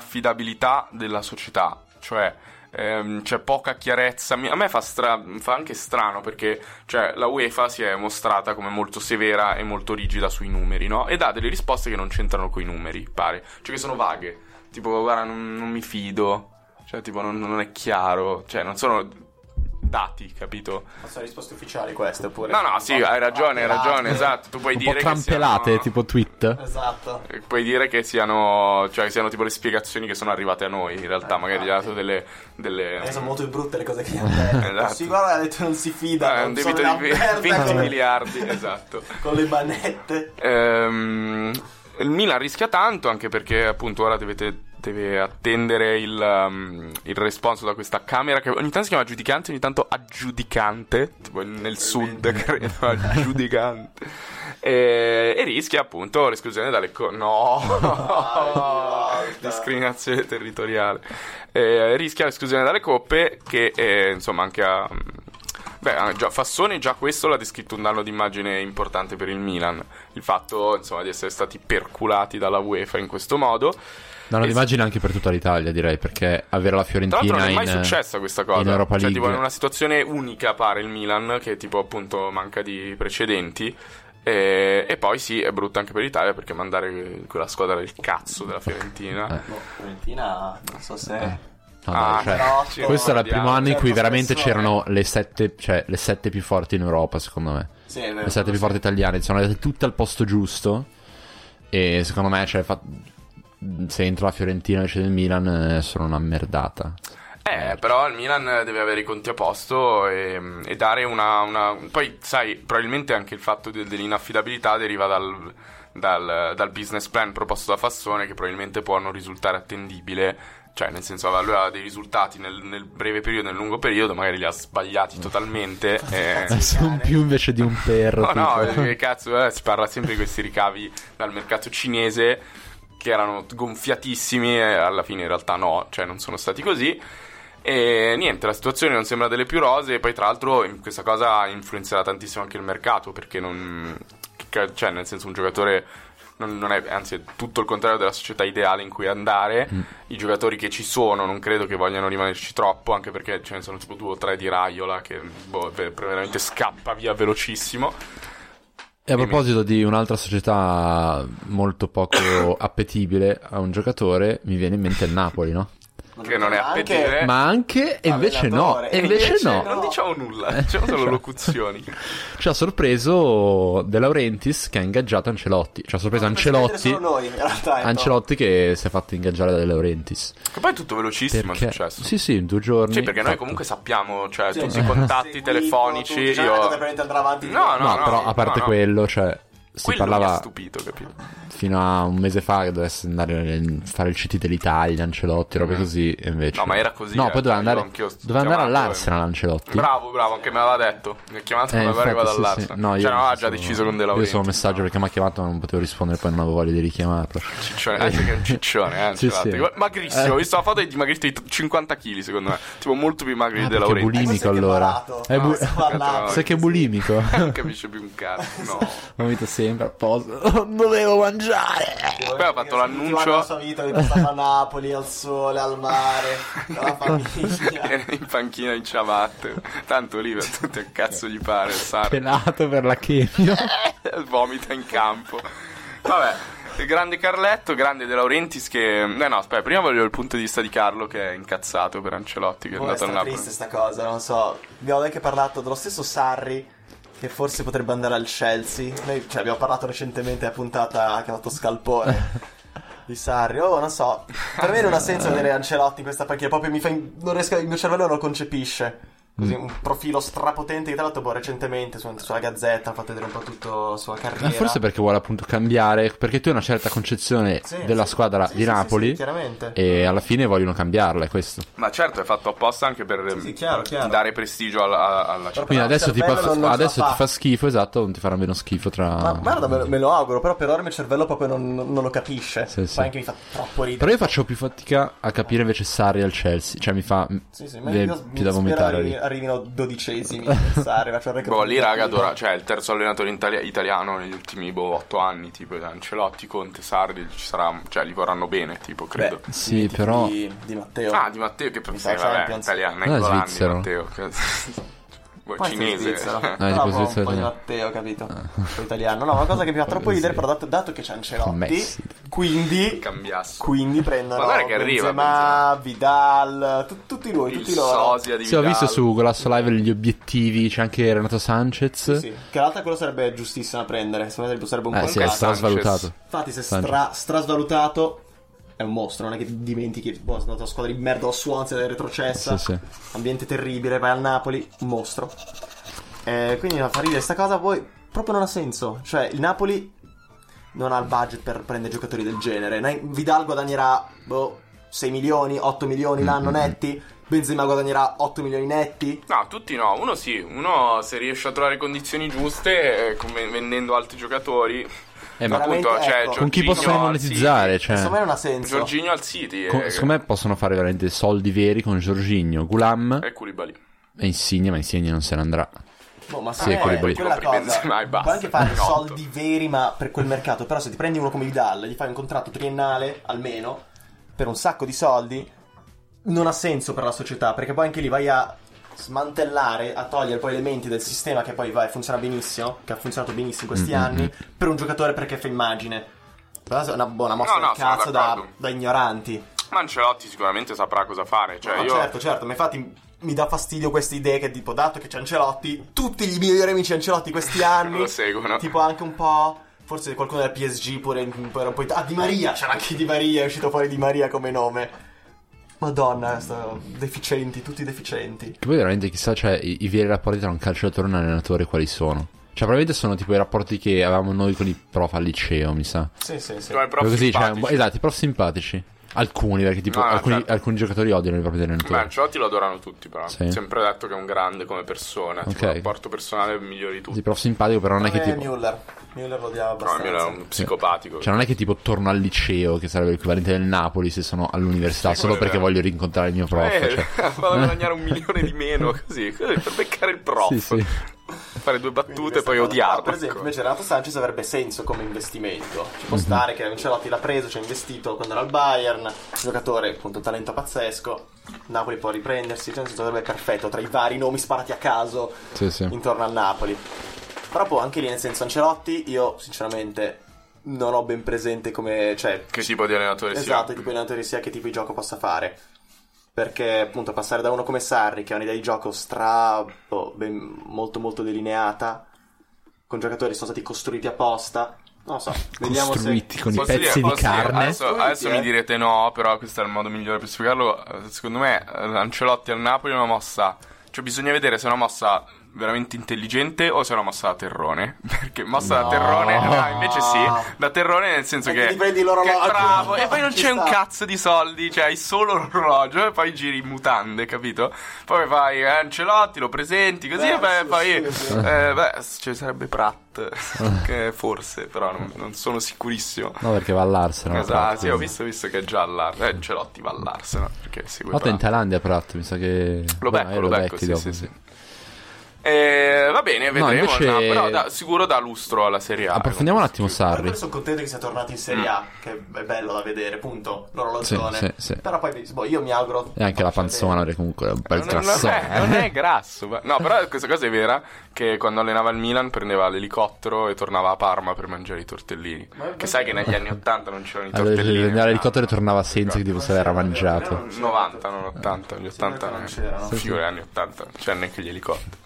S3: l'inaffidabilità della società, cioè ehm, c'è poca chiarezza. Mi- A me fa, stra- fa anche strano perché cioè, la UEFA si è mostrata come molto severa e molto rigida sui numeri, no? E dà delle risposte che non c'entrano coi numeri, pare, cioè che sono vaghe, tipo guarda non, non mi fido, cioè tipo non, non è chiaro, cioè non sono dati, capito?
S2: Ma sono risposte ufficiali Ah, queste oppure?
S3: No, no, sì, hai ragione, hai ragione, esatto, tu puoi
S1: Un po'
S3: dire... che
S1: trampelate,
S3: siano-
S1: tipo tweet.
S2: Esatto.
S3: e Puoi dire che siano, cioè, che siano tipo le spiegazioni che sono arrivate a noi, in realtà,
S2: Eh,
S3: magari gli ha dato delle... delle...
S2: Eh, sono molto brutte le cose che gli hanno detto.
S3: Esatto.
S2: Si guarda, ha detto non si fida.
S3: Eh, un
S2: non sono
S3: debito
S2: una
S3: di
S2: merda cioè.
S3: 20
S2: con le-
S3: miliardi, esatto.
S2: Con le manette.
S3: Ehm, il Milan rischia tanto anche perché appunto ora dovete- deve attendere il, um, il responso da questa camera che ogni tanto si chiama giudicante, ogni tanto aggiudicante, tipo nel sud credo, aggiudicante. E, e rischia appunto l'esclusione dalle... co- no! Discriminazione territoriale. Eh, rischia l'esclusione dalle coppe che eh, insomma anche a... Beh, ah, già, Fassone già questo l'ha descritto un danno d'immagine importante per il Milan. Il fatto, insomma, di essere stati perculati dalla UEFA in questo modo.
S1: No, non
S3: Es-
S1: immagino anche per tutta l'Italia, direi, perché avere la
S3: Tra l'altro
S1: Fiorentina
S3: non è mai
S1: in
S3: successa questa cosa.
S1: in Europa
S3: cioè, tipo,
S1: League.
S3: in una situazione unica pare il Milan, che tipo appunto manca di precedenti. E, e poi sì, è brutto anche per l'Italia perché mandare quella squadra del cazzo della Fiorentina.
S1: Eh.
S2: No, Boh, Valentina, non so se.
S1: No, dai,
S3: Ah,
S1: cioè,
S2: però-
S1: questo era il primo anno in cui
S2: Certo,
S1: veramente
S2: spesso-
S1: c'erano le sette, cioè, le sette più forti in Europa, secondo me.
S2: Sì, è vero.
S3: Eh,
S1: Le sette più forti italiane. Sono andate tutte al posto giusto. E secondo me, cioè, fa- se entra la Fiorentina invece del Milan, eh, sono una merdata.
S3: Eh, però il Milan deve avere i conti a posto e, e dare una, una- Poi, sai, probabilmente anche il fatto de- dell'inaffidabilità deriva dal, dal- dal business plan proposto da Fassone, che probabilmente può non risultare attendibile. Cioè, nel senso, aveva- lui aveva dei risultati nel, nel breve periodo e nel lungo periodo, magari li ha sbagliati totalmente. eh.
S2: Sì,
S1: sono
S2: cane.
S1: più invece di un perro.
S3: No, no,
S1: tipo.
S3: eh, che cazzo, eh, si parla sempre di questi ricavi dal mercato cinese che erano gonfiatissimi e alla fine in realtà no, cioè non sono stati così. E niente, la situazione non sembra delle più rose e poi tra l'altro in- questa cosa influenzerà tantissimo anche il mercato perché non... che- cioè nel senso un giocatore... Non, non è, anzi, è tutto il contrario della società ideale in cui andare. I giocatori che ci sono non credo che vogliano rimanerci troppo, anche perché ce ne sono tipo due o tre di Raiola che boh, ve- veramente scappa via velocissimo.
S1: E a
S3: Dimmi.
S1: proposito di un'altra società molto poco appetibile a un giocatore, mi viene in mente il Napoli, no?
S3: Che non è
S2: Anche-
S3: appetibile. Eh.
S1: Ma anche, e invece no,
S2: Allenatore.
S1: e invece
S2: Invece
S1: no.
S2: no.
S3: Non diciamo nulla,
S1: Eh,
S3: diciamo solo
S1: cioè.
S3: locuzioni.
S1: Ci ha sorpreso De Laurentiis che ha ingaggiato Ancelotti. Ci ha
S3: Ah,
S1: sorpreso
S2: Ma possiamo
S1: Ancelotti.
S2: vedere solo noi, in realtà, ecco.
S1: Ancelotti che si è fatto ingaggiare da De Laurentiis.
S3: Che poi è tutto velocissimo
S1: Perché-
S3: è successo.
S1: Sì, sì, in due giorni.
S3: Sì, perché noi
S1: Fatto.
S3: comunque sappiamo, cioè,
S2: Sì,
S3: tutti i
S2: sì.
S3: contatti
S2: Seguito,
S3: telefonici.
S2: tutti, cioè,
S3: io...
S2: non è che veramente andrà avanti di-
S3: No,
S1: No,
S3: no,
S1: però a parte
S3: no, no.
S1: quello, cioè, si
S3: Quello mi ha
S1: parlava
S3: stupito, capito?
S1: fino a un mese fa che dovesse andare a fare il CT dell'Italia, Ancelotti, robe
S3: Mm.
S1: così, e invece...
S3: No, ma era così,
S1: No,
S3: eh,
S1: poi doveva
S3: io
S1: andare,
S3: anch'io ho
S1: doveva andare
S3: chiamato,
S1: all'Arsenal Ancelotti.
S3: Bravo, bravo, anche me l'aveva detto. Mi ha chiamato
S1: Eh,
S3: come
S1: infatti,
S3: arriva
S1: sì,
S3: dall'Arsenal.
S1: sì. No, io
S3: cioè, no,
S1: non
S3: ha
S1: so se-
S3: già deciso con De
S1: Io
S3: Laurentiis.
S1: solo messaggio perché mi ha chiamato, ma non potevo rispondere, poi non avevo voglia di richiamarlo.
S3: Ciccione, Cioè, anche che è un ciccione, eh,
S1: Sì,
S3: Ancelotti.
S1: sì.
S3: Guarda, Magrissimo,
S1: Eh.
S3: ho visto la foto e è dimagrito di 50 kg, secondo me. Tipo molto più magro
S1: Ah,
S3: di De
S1: perché
S3: Laurentiis.
S1: bulimico,
S2: Forse è che Eh, è
S1: allora.
S2: malato.
S1: È bu-
S2: No, sta parlando.
S3: Cazzo,
S1: Sai che è bulimico?
S3: Non capisce più un cazzo, no.
S1: Mamma mia, sei sempre a posto. Non dovevo mangiare.
S3: Poi ha fatto l'annuncio-
S2: La sua vita di passare a Napoli, al sole, al mare, con la famiglia.
S3: in panchina in ciabatte. Tanto lì va tutto il cazzo gli pare, il Sar.
S1: Penato per la chemio.
S3: Vomita in campo. Vabbè. il Grande Carletto, grande De Laurentiis che... eh, No, no, aspetta, prima voglio il punto di vista di Carlo che è incazzato per Ancelotti che è
S2: Poi Boh, è
S3: andato al
S2: stata
S3: Napoli.
S2: triste sta cosa, non so. Abbiamo anche parlato dello stesso Sarri che forse potrebbe andare al Chelsea. Noi cioè, abbiamo parlato recentemente a puntata che ha fatto Scalpone. Di Sarri, oh, non so. Per me non ha senso vedere Ancelotti in questa panchina. Proprio mi fa. in- non riesco- il mio cervello non lo concepisce. Così,
S1: Mm.
S2: un profilo strapotente che tra l'altro boh, recentemente su, sulla gazzetta ha fatto vedere un po' tutto la sua carriera.
S1: Ma Eh, forse perché vuole appunto cambiare, perché tu hai una certa concezione
S2: Sì,
S1: della
S2: sì.
S1: squadra
S2: Sì,
S1: di
S2: sì, sì,
S1: Napoli
S2: sì, chiaramente.
S1: e alla fine vogliono cambiarla, è questo.
S3: Ma certo, è fatto apposta anche per ehm,
S2: Sì, sì, chiaro, chiaro.
S3: dare prestigio alla, alla città.
S1: Quindi
S2: Però
S1: adesso,
S2: il
S1: ti fa,
S2: cervello non lo
S1: adesso
S2: fa
S1: ti fa
S2: fare.
S1: schifo, esatto, non ti farà meno schifo tra...
S2: Ma guarda, me, me lo auguro, però per ora il mio cervello proprio non, non- non lo capisce.
S1: Sì,
S2: Poi
S1: sì.
S2: anche mi fa troppo ridere.
S1: Però io faccio più fatica a capire invece Sarri al Chelsea, cioè mi fa...
S2: Sì, sì, ma
S1: le-
S2: io
S1: più
S2: mi
S1: da
S2: spero
S1: vomitare
S2: arri-
S1: lì.
S2: arrivino dodicesimi per Sarri, faccio un record.
S3: Boh, lì raga, adora, cioè il terzo allenatore itali- italiano negli ultimi boh, otto anni, tipo Ancelotti, Conte, Sardi, ci sarà, cioè li vorranno bene, tipo, credo.
S2: Beh,
S1: Sì,
S2: i tifosi
S1: però-
S2: Di, di Matteo.
S3: Ah, di Matteo che
S2: Mi
S3: pensa,
S2: sa
S3: vabbè,
S2: Champions.
S3: italiano,
S1: Non è
S3: Ingolandi,
S1: svizzero.
S3: Matteo, che... boh,
S2: Poi sei
S3: cinese.
S2: svizzero.
S1: Ah,
S2: Però
S1: tipo
S2: un po'
S1: svizzero
S2: di
S1: italiano.
S2: Matteo, capito?
S1: Ah.
S2: Poi italiano. No, una cosa che mi fa troppo ridere, però dato, dato che c'è
S1: Messi.
S2: Ancelotti, quindi...
S3: Cambiasso.
S2: Quindi prendono
S3: Guardare che arriva,
S2: Benzema, Vidal, tu- tutti lui,
S3: Il
S2: tutti loro.
S3: sosia di
S1: Sì, ho
S3: Vidal.
S1: visto su Golasso Live gli obiettivi, c'è anche Renato Sanchez.
S2: Sì, che l'altra quello sarebbe giustissimo da prendere, secondo me sarebbe un
S1: Eh
S2: buon
S1: sì, è
S2: caso.
S3: Sanchez.
S1: svalutato.
S2: Infatti, se
S1: Sanchez.
S2: stra- strasvalutato è un mostro. Non è che dimentichi. Boh, sono andato a squadra di merda lo Swansea è retrocessa.
S1: Sì, Eh,
S2: Ambiente terribile, vai al Napoli, un mostro. Eh, quindi la fa ridere sta cosa, poi proprio non ha senso. Cioè, il Napoli non ha il budget per prendere giocatori del genere. Ne- Vidal guadagnerà boh, 6 milioni, 8
S1: Mm,
S2: milioni l'anno netti. Benzema guadagnerà 8 milioni netti.
S3: No, tutti no, uno sì, uno se riesce a trovare condizioni giuste, eh, come vendendo altri giocatori,
S1: Eh, ma
S2: Veramente,
S3: appunto, cioè,
S2: ecco.
S1: con chi
S3: Jorginho
S1: possono
S3: al
S1: monetizzare? Cioè,
S2: Secondo me non ha senso.
S3: Giorginio al City eh,
S1: co-
S3: e,
S1: secondo me possono fare veramente soldi veri con Jorginho, Gulam
S3: e Koulibaly.
S1: e Insigne, ma Insigne non se ne andrà.
S2: Boh, ma
S1: Sì,
S2: sì,
S1: è quello lì.
S2: quella
S3: Compri
S2: cosa
S3: Benzema e basta.
S2: puoi anche fare
S3: Esatto.
S2: soldi veri ma per quel mercato però se ti prendi uno come Vidal gli fai un contratto triennale almeno per un sacco di soldi non ha senso per la società perché poi anche lì vai a smantellare a togliere poi elementi del sistema che poi vai, funziona benissimo che ha funzionato benissimo in questi
S1: Mm, mm,
S2: anni per un giocatore perché fa immagine Però è una buona mossa
S3: No,
S2: del
S3: no, sono
S2: cazzo da,
S3: d'accordo.
S2: da ignoranti
S3: Ma Ancelotti sicuramente saprà cosa fare, cioè
S2: No,
S3: io...
S2: certo, certo, ma infatti mi dà fastidio queste idee che tipo dato che c'è Ancelotti, tutti i migliori amici di Ancelotti questi anni
S3: Lo seguono.
S2: Tipo anche un po' forse qualcuno del PSG pure pure un po' it- Ah,
S3: Eh,
S2: Di Maria, c'era anche Di Maria, è uscito fuori Di Maria come nome. Madonna, sto- deficienti, tutti deficienti.
S1: Che poi veramente chissà, cioè, i, i veri rapporti tra un calciatore e un allenatore quali sono. Cioè, probabilmente sono tipo i rapporti che avevamo noi con i prof al liceo, mi sa.
S2: Sì, sì, sì.
S3: Come prof
S1: cioè,
S3: simpatici.
S1: un po'- esatto, i prof simpatici. Alcuni, perché tipo
S3: No, no,
S1: alcuni,
S3: certo.
S1: alcuni giocatori odiano i propri
S3: Beh, certo.
S1: allenatori.
S3: Ancelotti lo adorano tutti, però.
S1: Sì.
S3: Sempre detto che è un grande come persona. Tipo,
S1: Ok.
S3: il rapporto personale è il migliore di
S1: I
S3: tutti.
S1: prof simpatico, però non è che
S2: Come
S1: tipo.
S2: Müller. Müller lo odiava
S3: eh, No,
S2: abbastanza.
S3: almeno è un psicopatico.
S1: Cioè, non è che tipo torno al liceo, che sarebbe l'equivalente del Napoli, se sono all'università,
S3: Sì,
S1: solo
S3: quello è
S1: perché
S3: vero.
S1: voglio rincontrare il mio prof.
S3: eh,
S1: cioè.
S3: vado a guadagnare un milione di meno, così, così, per beccare il prof.
S1: Sì, sì.
S3: Fare due
S2: Quindi
S3: battute e
S2: questa
S3: poi
S2: cosa qua,
S3: odiarlo.
S2: Per esempio,
S3: ecco.
S2: invece Renato Sanchez avrebbe senso come investimento. Ci può stare che Ancelotti l'ha preso, ci ha investito quando era al Bayern, giocatore con un talento pazzesco. Napoli può riprendersi, cioè nel senso sarebbe perfetto tra i vari nomi sparati a caso
S1: Sì, sì.
S2: intorno al Napoli. Però poi anche lì nel senso Ancelotti, io sinceramente non ho ben presente come, cioè,
S3: Che tipo di allenatore
S2: Esatto,
S3: sia?
S2: tipo in allenatore sia che tipo di gioco possa fare. Perché appunto passare da uno come Sarri, che ha un'idea di gioco stra boh, ben- molto molto delineata, con giocatori che sono stati costruiti apposta. Non lo so, vediamo se.
S1: Costruiti con i
S3: Posso dire-
S1: pezzi di
S3: posso dire-
S1: carne.
S3: Adesso, adesso
S2: Eh.
S3: mi direte no, però questo è il modo migliore per spiegarlo. Eh, Secondo me, eh, Ancelotti al Napoli è una mossa. Cioè, bisogna vedere se è una mossa veramente intelligente o se è una mossa da terrone. Perché mossa
S1: No.
S3: da terrone, no, invece sì, da terrone nel senso
S2: E
S3: che.
S2: ti prendi l'orologio.
S3: che è bravo, e poi non
S2: Ci
S3: c'è un
S2: sta.
S3: cazzo di soldi, cioè hai solo l'orologio e poi giri in mutande, capito? Poi fai eh, Ancelotti, lo presenti, così
S2: Beh,
S3: e poi.
S2: sì,
S3: poi-
S2: sì, sì.
S3: eh, beh, ci sarebbe Pratt, che forse, però non- non sono sicurissimo.
S1: No, eh. perché va all'Arsenal.
S3: Esatto, sì, ho visto, visto che è già all'Arsenal. Eh, Celotti va all'Arsenal perché segue
S1: Notte in
S3: Pratt.
S1: Thailandia, Pratt, mi sa che...
S3: Lo becco,
S1: eh,
S3: lo becco, sì,
S1: dopo,
S3: sì, sì. Eh, va bene, vedremo.
S1: invece-
S3: no, però da- sicuro dà lustro alla Serie A.
S1: Approfondiamo un attimo Sarri.
S2: Io sono contento che sia tornato in Serie A,
S3: Mm.
S2: che è bello da vedere, punto. L'orologione.
S1: Sì, sì, sì.
S2: Però poi boh, io mi auguro.
S1: E anche la panzona perché comunque è un bel
S3: Non- non,
S1: grassone. Eh,
S3: è, non è grasso. ma- No, però questa cosa è vera. Che quando allenava il Milan prendeva l'elicottero e tornava a Parma per mangiare i tortellini. Che sai che negli anni 80 non c'erano i
S1: Allora,
S3: tortellini.
S1: il
S3: a Milano.
S1: elicottero tornava senza che tipo se l'era mangiato.
S3: 90, non 80, gli 80
S2: Eh, non c'erano.
S1: Sì, sì.
S3: Figura anni 80, non c'erano neanche gli elicotteri.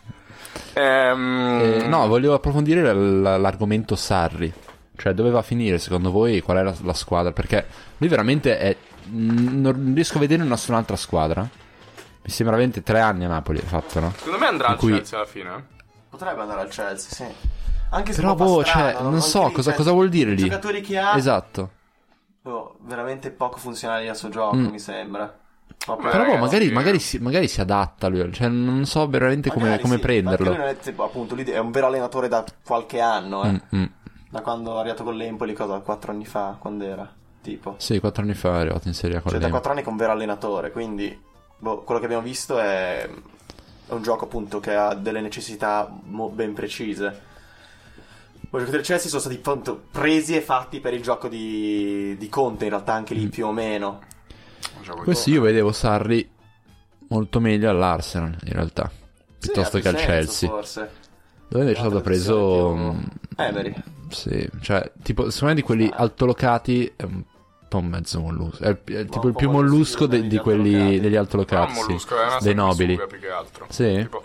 S3: Ehm,
S1: Eh, no, volevo approfondire l- l'argomento Sarri. Cioè, dove va a finire secondo voi? Qual è la, la squadra? Perché lui veramente è. n- Non riesco a vedere in nessun'altra squadra. Mi sembra veramente tre anni a Napoli, ha fatto, no?
S3: Secondo me andrà
S1: in
S3: al
S1: cui-
S3: Chelsea alla fine. eh?
S2: Potrebbe andare al Chelsea, sì. Anche se
S1: Però,
S2: un po' fa
S1: boh,
S2: strano,
S1: cioè, non
S2: Anche
S1: so
S2: lì,
S1: cosa,
S2: cioè,
S1: cosa vuol dire
S2: i
S1: lì.
S2: giocatori che ha,
S1: Esatto.
S2: boh, veramente poco funzionali al suo gioco,
S1: Mm.
S2: mi sembra.
S3: Però,
S2: Ma
S1: Però, boh,
S3: ragazzi,
S1: magari,
S3: eh.
S1: magari si, magari si adatta lui. Cioè, non so veramente come,
S2: Magari
S1: come
S2: sì,
S1: prenderlo.
S2: perché lui non è, tipo, appunto, lì è un vero allenatore da qualche anno, eh.
S1: Mm, mm.
S2: Da quando è arrivato con l'Empoli, cosa? Quattro anni fa, quando era? Tipo.
S1: Sì, quattro anni fa è arrivato in Serie A con
S2: Cioè, da
S1: l'Empoli.
S2: quattro anni che è un vero allenatore, quindi boh, quello che abbiamo visto è, è un gioco appunto che ha delle necessità mo- ben precise. Poi I giocatori del Chelsea sono stati appunto presi e fatti per il gioco di, di Conte, in realtà anche
S1: Mm.
S2: lì più o meno.
S3: Un gioco di
S1: Questo io vedevo Sarri molto meglio all'Arsenal, in realtà,
S2: Sì,
S1: piuttosto
S2: ha
S1: che al
S2: più senso, boh,
S1: Chelsea.
S2: Forse. Eh,
S1: Dove invece è
S2: Una
S1: stato preso...
S2: tradizione
S1: mm,
S2: più- Emery.
S1: Sì, cioè, tipo, secondo me di
S2: Eh.
S1: quelli altolocati è un po' un mezzo mollusco. È, il- è tipo
S2: un
S1: il
S2: po'
S1: più mollusco
S2: mollusco
S1: de-
S2: degli
S1: di quelli
S2: altolocati.
S1: degli
S3: Però è un
S1: altolocati, sì,
S3: mollusco, eh, è una
S1: dei nobili.
S3: sanguisuga più che altro.
S1: Sì.
S3: Tipo-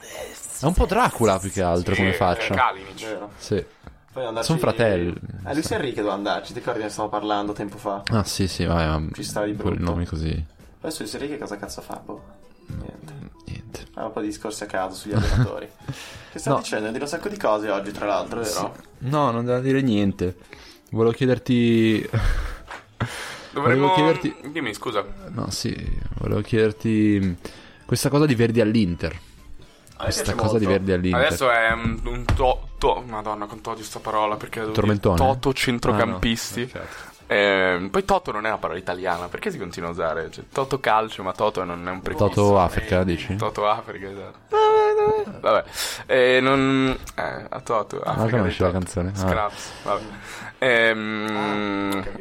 S1: È un po' Dracula più che altro come
S3: Sì, eh,
S1: faccia.
S3: Kalinic.
S2: Vero.
S1: Sì.
S2: Poi andarci-
S1: Sono fratelli.
S2: Eh, Luis Enrique doveva andarci, ti ricordi ne stavamo parlando tempo fa?
S1: Ah sì, sì, vabbè, ma
S2: Ci sta di
S1: quei
S2: brutto.
S1: nomi così,
S2: Adesso Luis Enrique cosa cazzo fa? Boh, niente.
S1: niente.
S2: Ah, un po' di discorsi a caso sugli allenatori. che sta
S1: No.
S2: dicendo? Dire un sacco di cose oggi, tra l'altro, vero?
S1: No, non devo dire niente. Volevo chiederti...
S3: Dovremmo...
S1: Volevo chiederti-
S3: Dimmi, scusa.
S1: No, sì, volevo chiederti questa cosa di Verdi all'Inter.
S2: A me
S1: Questa
S2: piace
S1: cosa di
S2: molto.
S1: Verdi all'Inter.
S3: Adesso è un, un to, to- Madonna, con Toto sta parola perché devo dire
S1: Tormentone?
S3: Toto centrocampisti.
S1: Ah, no. Certo.
S3: Ehm, poi Toto non è una parola italiana, perché si continua a usare? Cioè, Toto calcio, ma Toto non è un prefisso.
S1: Toto Africa, dici?
S3: Toto Africa, esatto. Vabbè, eh, non... eh, a Toto Africa.
S1: non
S3: dei
S1: c'è la
S3: Toto.
S1: canzone? Ah.
S3: Scraps, vabbè. Ehm,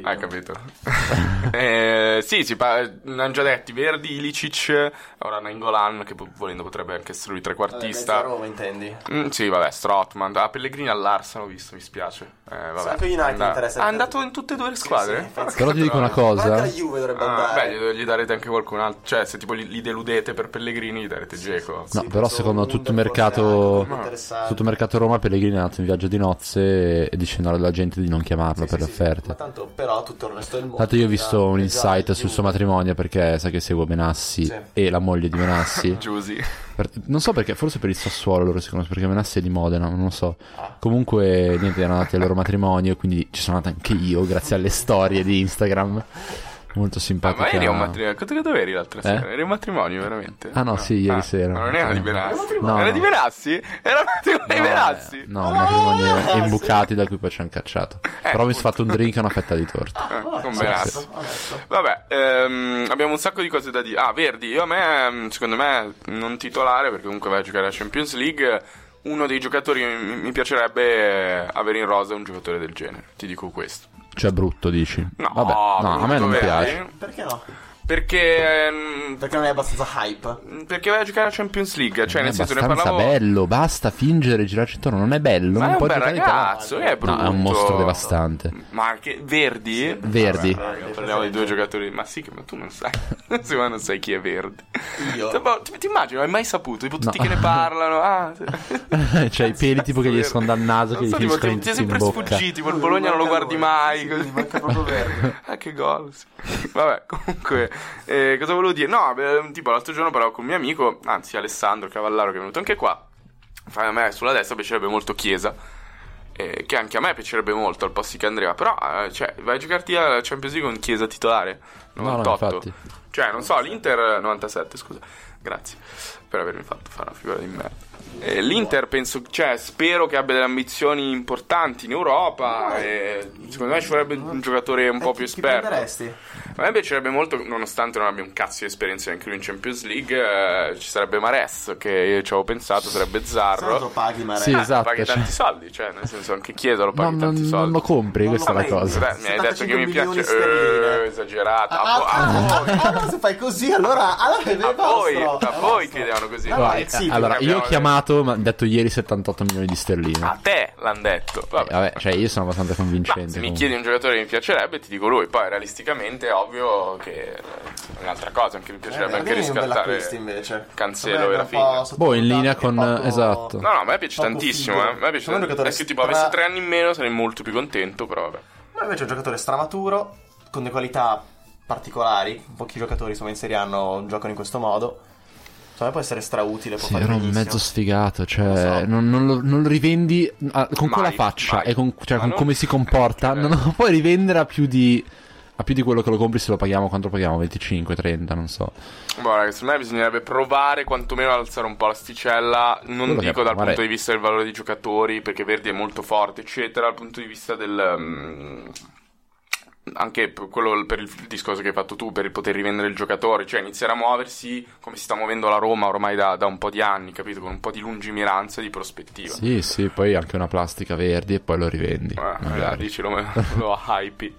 S2: Ah,
S3: hai capito. Eh, sì, si pa- ne hanno già detti Verdi, Ilicic, ora Nangolan, che po- volendo potrebbe anche essere lui
S2: Vabbè,
S3: trequartista.
S2: mezzo Roma, intendi?
S3: Mm, sì, vabbè, Strotman. A Pellegrini all'Arsenal, ho visto, mi spiace. Eh, vabbè.
S2: Sacco United
S3: Anda-
S2: interessa
S3: Ah, È
S2: tanto.
S3: andato in tutte e due le squadre?
S2: Sì, sì, infatti.
S1: Però ti dico una
S2: Guarda la
S1: cosa.
S2: Juve dovrebbe
S3: Ah,
S2: andare.
S3: beh, gli, gli darete anche qualcun altro. Cioè, se tipo li, li deludete per Pellegrini, gli darete Geco.
S1: No,
S2: Sì,
S1: però
S2: sono
S1: secondo
S2: un
S1: tutto
S2: del
S1: mercato,
S2: Pordenone, interessante.
S1: tutto mercato Roma Pellegrini è andato in viaggio di nozze e dicendo alla gente di non chiamarlo
S2: Sì,
S1: per le
S2: sì, sì,
S1: offerte.
S2: ma tanto, però, tutto il resto del mondo.
S1: Tanto io ho
S2: già-
S1: visto un
S2: è già
S1: insight
S2: il
S1: sul suo
S2: Juve.
S1: matrimonio perché sa che seguo Benassi
S2: Sì.
S1: e la moglie di Benassi.
S3: Giusy.
S1: Per- non so perché, forse per il Sassuolo loro si conoscono, perché Benassi è di Modena, non lo so. Comunque, niente, erano andati al loro matrimonio, quindi ci sono andato anche io, grazie alle storie di Instagram. Molto
S3: Ah,
S1: simpatica.
S3: ma eri a un matrimonio. Quanto che dove eri l'altra sera?
S1: Eh?
S3: Eri a un matrimonio, veramente?
S1: Ah, no, sì, ieri sera.
S3: Ma non era di Benassi.
S1: No,
S3: era
S1: no.
S3: di Benassi? Era un matrimonio di Benassi.
S1: eh, No, un matrimonio
S3: Ah.
S1: imbucati da cui poi ci hanno cacciato. Però mi sono fatto un drink e una fetta di torta.
S3: Eh, con
S2: Ah, Sì,
S3: Benassi.
S2: sì. Adesso.
S3: Vabbè, ehm, abbiamo un sacco di cose da dire. Ah, Verdi, io a me, mm, secondo me, non titolare perché comunque vai a giocare alla Champions League. Uno dei giocatori mi, mi piacerebbe eh, avere in rosa un giocatore del genere. Ti dico questo.
S1: Cioè, brutto, dici?
S3: No,
S1: Vabbè, no, a me
S3: brutto,
S1: non
S3: Verdi,
S1: piace.
S2: Perché no?
S3: Perché. ehm,
S2: Perché non è abbastanza hype.
S3: Perché vai a giocare alla Champions League. Cioè,
S1: Non è
S3: nel senso, ne
S1: Eh, abbastanza
S3: parlavo.
S1: bello, basta fingere e girarci intorno. Non è bello,
S3: Ma
S1: non
S3: è un
S1: puoi
S3: bel
S1: giocare in Italia.
S3: ragazzo, eh, è brutto.
S1: No, è un mostro devastante.
S3: Ma che Verdi?
S1: Verdi.
S3: Vabbè, raga, parliamo di due giocatori. Ma sì, che ma tu non sai. Secondo me non sai chi è Verdi.
S2: Io?
S3: Tipo, ti, ti immagino, hai mai saputo? Tipo tutti
S1: No.
S3: che ne parlano. Ah, sì.
S1: cioè, i peli tipo che gli escono dal naso, che
S3: Non
S1: gli
S3: so, tipo,
S1: finiscono in,
S3: ti, ti è
S1: in
S3: sempre
S1: bocca.
S3: sfuggito, tipo, il Bologna non lo guardi mai.
S2: Sì,
S3: così.
S2: mi manca proprio Verdi.
S3: ah, che gol. sì. Vabbè, comunque, eh, cosa volevo dire? No, beh, tipo, l'altro giorno parlavo con un mio amico, anzi, Alessandro Cavallaro, che è venuto anche qua. Fa- A me sulla destra piacerebbe molto Chiesa. eh, che anche a me piacerebbe molto al posto che Andrea. Però, eh, cioè, vai a giocarti alla Champions League con Chiesa titolare
S1: No, no,
S3: 98.
S1: infatti.
S3: cioè, non so, l'Inter 97, scusa. Grazie per avermi fatto fare una figura di merda. Eh, L'Inter penso, cioè, spero che abbia delle ambizioni importanti in Europa. e secondo me ci vorrebbe un giocatore un po' più esperto.
S2: Eh, prenderesti?
S3: A me piacerebbe molto, nonostante non abbia un cazzo di esperienza neanche lui in Champions League, eh, ci sarebbe Mares, che io ci avevo pensato, sarebbe
S2: Se no lo
S3: Zarro. Ah,
S2: paghi, ma
S1: Sì,
S2: ragazzi.
S1: esatto,
S3: paghi
S1: cioè.
S3: tanti soldi, cioè, nel senso, anche chiedo lo paghi
S1: No, non,
S3: tanti
S1: non
S3: soldi.
S1: lo compri,
S2: Non lo
S1: questa è la
S2: prendi,
S1: cosa.
S3: Beh, mi hai detto che
S2: 75
S3: mi piace.
S2: milioni sterline.
S3: Eh, esagerata.
S2: Ah,
S3: A, vo-
S2: ah, ah, ah, allora se fai così, allora, allora è
S3: a voi,
S2: vostro.
S3: a voi chiedevano così.
S2: Allora,
S1: Eh,
S2: ah, sì,
S1: allora,
S3: perché
S1: io ho
S3: abbiamo-
S1: chiamato, ma ho detto ieri 78 milioni di sterline.
S3: A te l'hanno detto.
S1: Eh,
S3: Vabbè.
S1: Vabbè, cioè io sono abbastanza
S3: Ma
S1: convincente.
S3: se mi
S1: comunque.
S3: chiedi un giocatore che mi piacerebbe, ti dico lui. Poi, realisticamente, è ovvio che è un'altra cosa. Anche mi piacerebbe anche
S2: Magari Eh, è un bel
S3: cioè, riscattare.
S2: acquisto, invece.
S3: Cancelo
S2: Vabbè,
S3: e
S2: un
S3: Rafinha.
S2: po' sottovalutato,
S1: Boh, in linea con-
S2: poco-
S1: esatto.
S3: No, no, a me piace
S2: Poco
S3: tantissimo. Eh.
S2: figo.
S3: A me piace
S2: Secondo me è un
S3: tantissimo.
S2: giocatore
S3: Adesso, tipo, avessi
S2: stra-
S3: tre anni in meno, sarei molto più contento. Però, vabbè.
S2: Ma invece è un giocatore stramaturo, con delle qualità particolari. Pochi giocatori insomma, in Serie A hanno- giocano in questo modo. Secondo me può essere strautile. Può
S1: Sì,
S2: fare
S1: era un
S2: benissimo.
S1: mezzo sfigato, cioè
S2: Lo so.
S1: non, non lo, non lo rivendi ah, con
S3: Mai,
S1: quella faccia
S3: mai.
S1: e con, cioè,
S3: Ma
S1: con
S3: no.
S1: come si comporta,
S3: Eh.
S1: non lo puoi rivendere a più di a più di quello che lo compri se lo paghiamo, quanto lo paghiamo? 25, 30, non so.
S3: Boh, ragazzi, secondo me bisognerebbe provare quantomeno ad alzare un po' l'asticella. Non
S1: Quello che
S3: dico dal
S1: provare.
S3: punto di vista del valore dei giocatori, perché Verdi è molto forte, eccetera. Dal punto di vista del. mm, anche per quello per il discorso che hai fatto tu, per il poter rivendere il giocatore, cioè iniziare a muoversi come si sta muovendo la Roma ormai da, da un po' di anni, capito? Con un po' di lungimiranza e di prospettiva.
S1: Sì, sì, poi anche una plastica verdi e poi lo rivendi.
S3: Ah, eh,
S1: magari.
S3: dici, lo, lo hype.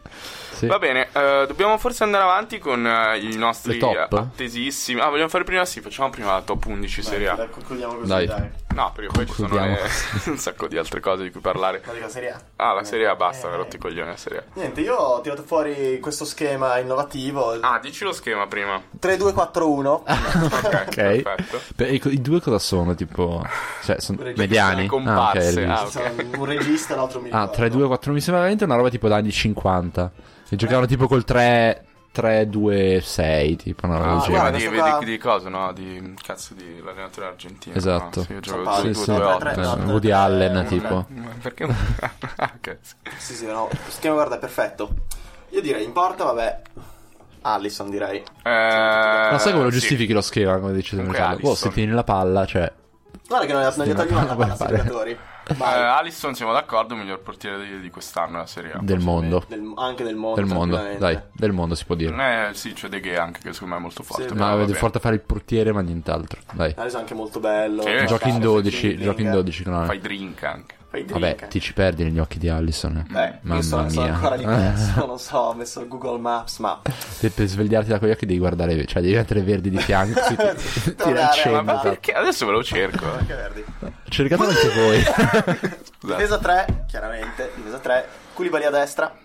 S1: Sì.
S3: Va bene, eh, dobbiamo forse andare avanti con eh, i nostri
S1: Le top?
S3: attesissimi. Ah, vogliamo fare prima? Sì, facciamo prima la top 11
S2: Dai,
S3: Serie A.
S2: dai, concludiamo così,
S1: Dai.
S2: dai.
S3: No, perché poi ci sono
S1: Concludiamo.
S3: le- un sacco di altre cose di cui
S2: Ma
S3: parlare.
S2: dico, Serie A.
S3: Ah, la Serie A basta,
S2: Eh,
S3: mi ha rotto i coglioni la Serie
S2: Niente, io ho tirato fuori questo schema innovativo.
S3: A. Ah, dici lo schema prima.
S2: 3-2-4-1.
S3: Ok,
S1: Ok.
S3: perfetto.
S1: Beh, ecco, i, co- i due cosa sono? Tipo, cioè, sono
S2: Regista,
S1: mediani. Ah, ok,
S3: comparse,
S1: regista.
S3: ah, ok.
S2: Sono Un regista, l'altro mi
S1: ah,
S2: ricordo.
S1: 3, 2, 4, mi sembra veramente una roba tipo dagli 50. Che giocavano tipo col 3, 3, 2, 6, tipo una roba
S3: Ah,
S1: del
S2: sì,
S1: genere.
S3: ma
S2: guarda,
S3: di, di,
S2: questo qua-
S3: di cosa, no? Di cazzo di l'allenatore argentino.
S1: Esatto.
S3: No? Ah, Sì, io gioco
S2: San Paolo.
S3: due,
S1: Sì,
S3: due, Eh,
S1: sì,
S2: due,
S1: eh,
S2: tre, tre,
S1: Woody
S2: tre,
S1: Allen,
S2: tre,
S1: tipo.
S3: Ma perché? Ah, ok, sì.
S2: Sì, sì, no. Schema, guarda, è perfetto. Io direi in porta, vabbè. Allison, direi.
S3: Eh,
S1: Ma sai come lo
S3: sì.
S1: giustifichi lo schema, come dice
S3: Comunque,
S1: Luciano? Boh,
S3: Alisson.
S1: se tieni la palla, cioè...
S2: Guarda che non è sbagliato
S1: Sì, ma
S2: prima la palla
S1: come
S2: sui
S1: fare?
S2: giocatori.
S3: Eh,
S2: Vai.
S3: Alisson, siamo d'accordo, miglior portiere di, di quest'anno della Serie A.
S1: Del mondo.
S2: Del- anche del mondo.
S1: Del mondo,
S2: tranquillamente.
S1: dai, del mondo si può dire.
S3: Eh, sì, c'è De Gea anche che secondo me è molto forte.
S2: Sì,
S3: però
S1: Ma
S3: vabbè.
S1: avete forte a fare il portiere, ma nient'altro. Dai.
S2: Adesso è anche molto bello.
S3: Eh, Sì.
S1: Giochi in
S2: Fai
S1: 12,
S2: dribbling.
S1: giochi in 12 con
S3: Fai drink anche.
S2: Fai drink.
S1: Vabbè, ti ci perdi negli occhi di Allison. eh.
S2: Beh, io sono,
S1: Mamma
S2: sono ancora lì
S1: mia.
S2: perso, non so, ho messo Google Maps, ma...
S1: Te per svegliarti da quegli occhi devi guardare, cioè devi mettere verdi di fianco. sì, ti- Tira il
S2: Tornare,
S3: Ma,
S2: ma-
S1: cenno. esatto.
S3: perché? Adesso ve lo cerco. eh.
S2: Che verdi.
S1: Cercatelo anche voi.
S3: Scusate.
S2: Difesa 3, chiaramente, difesa 3. Culibali a destra,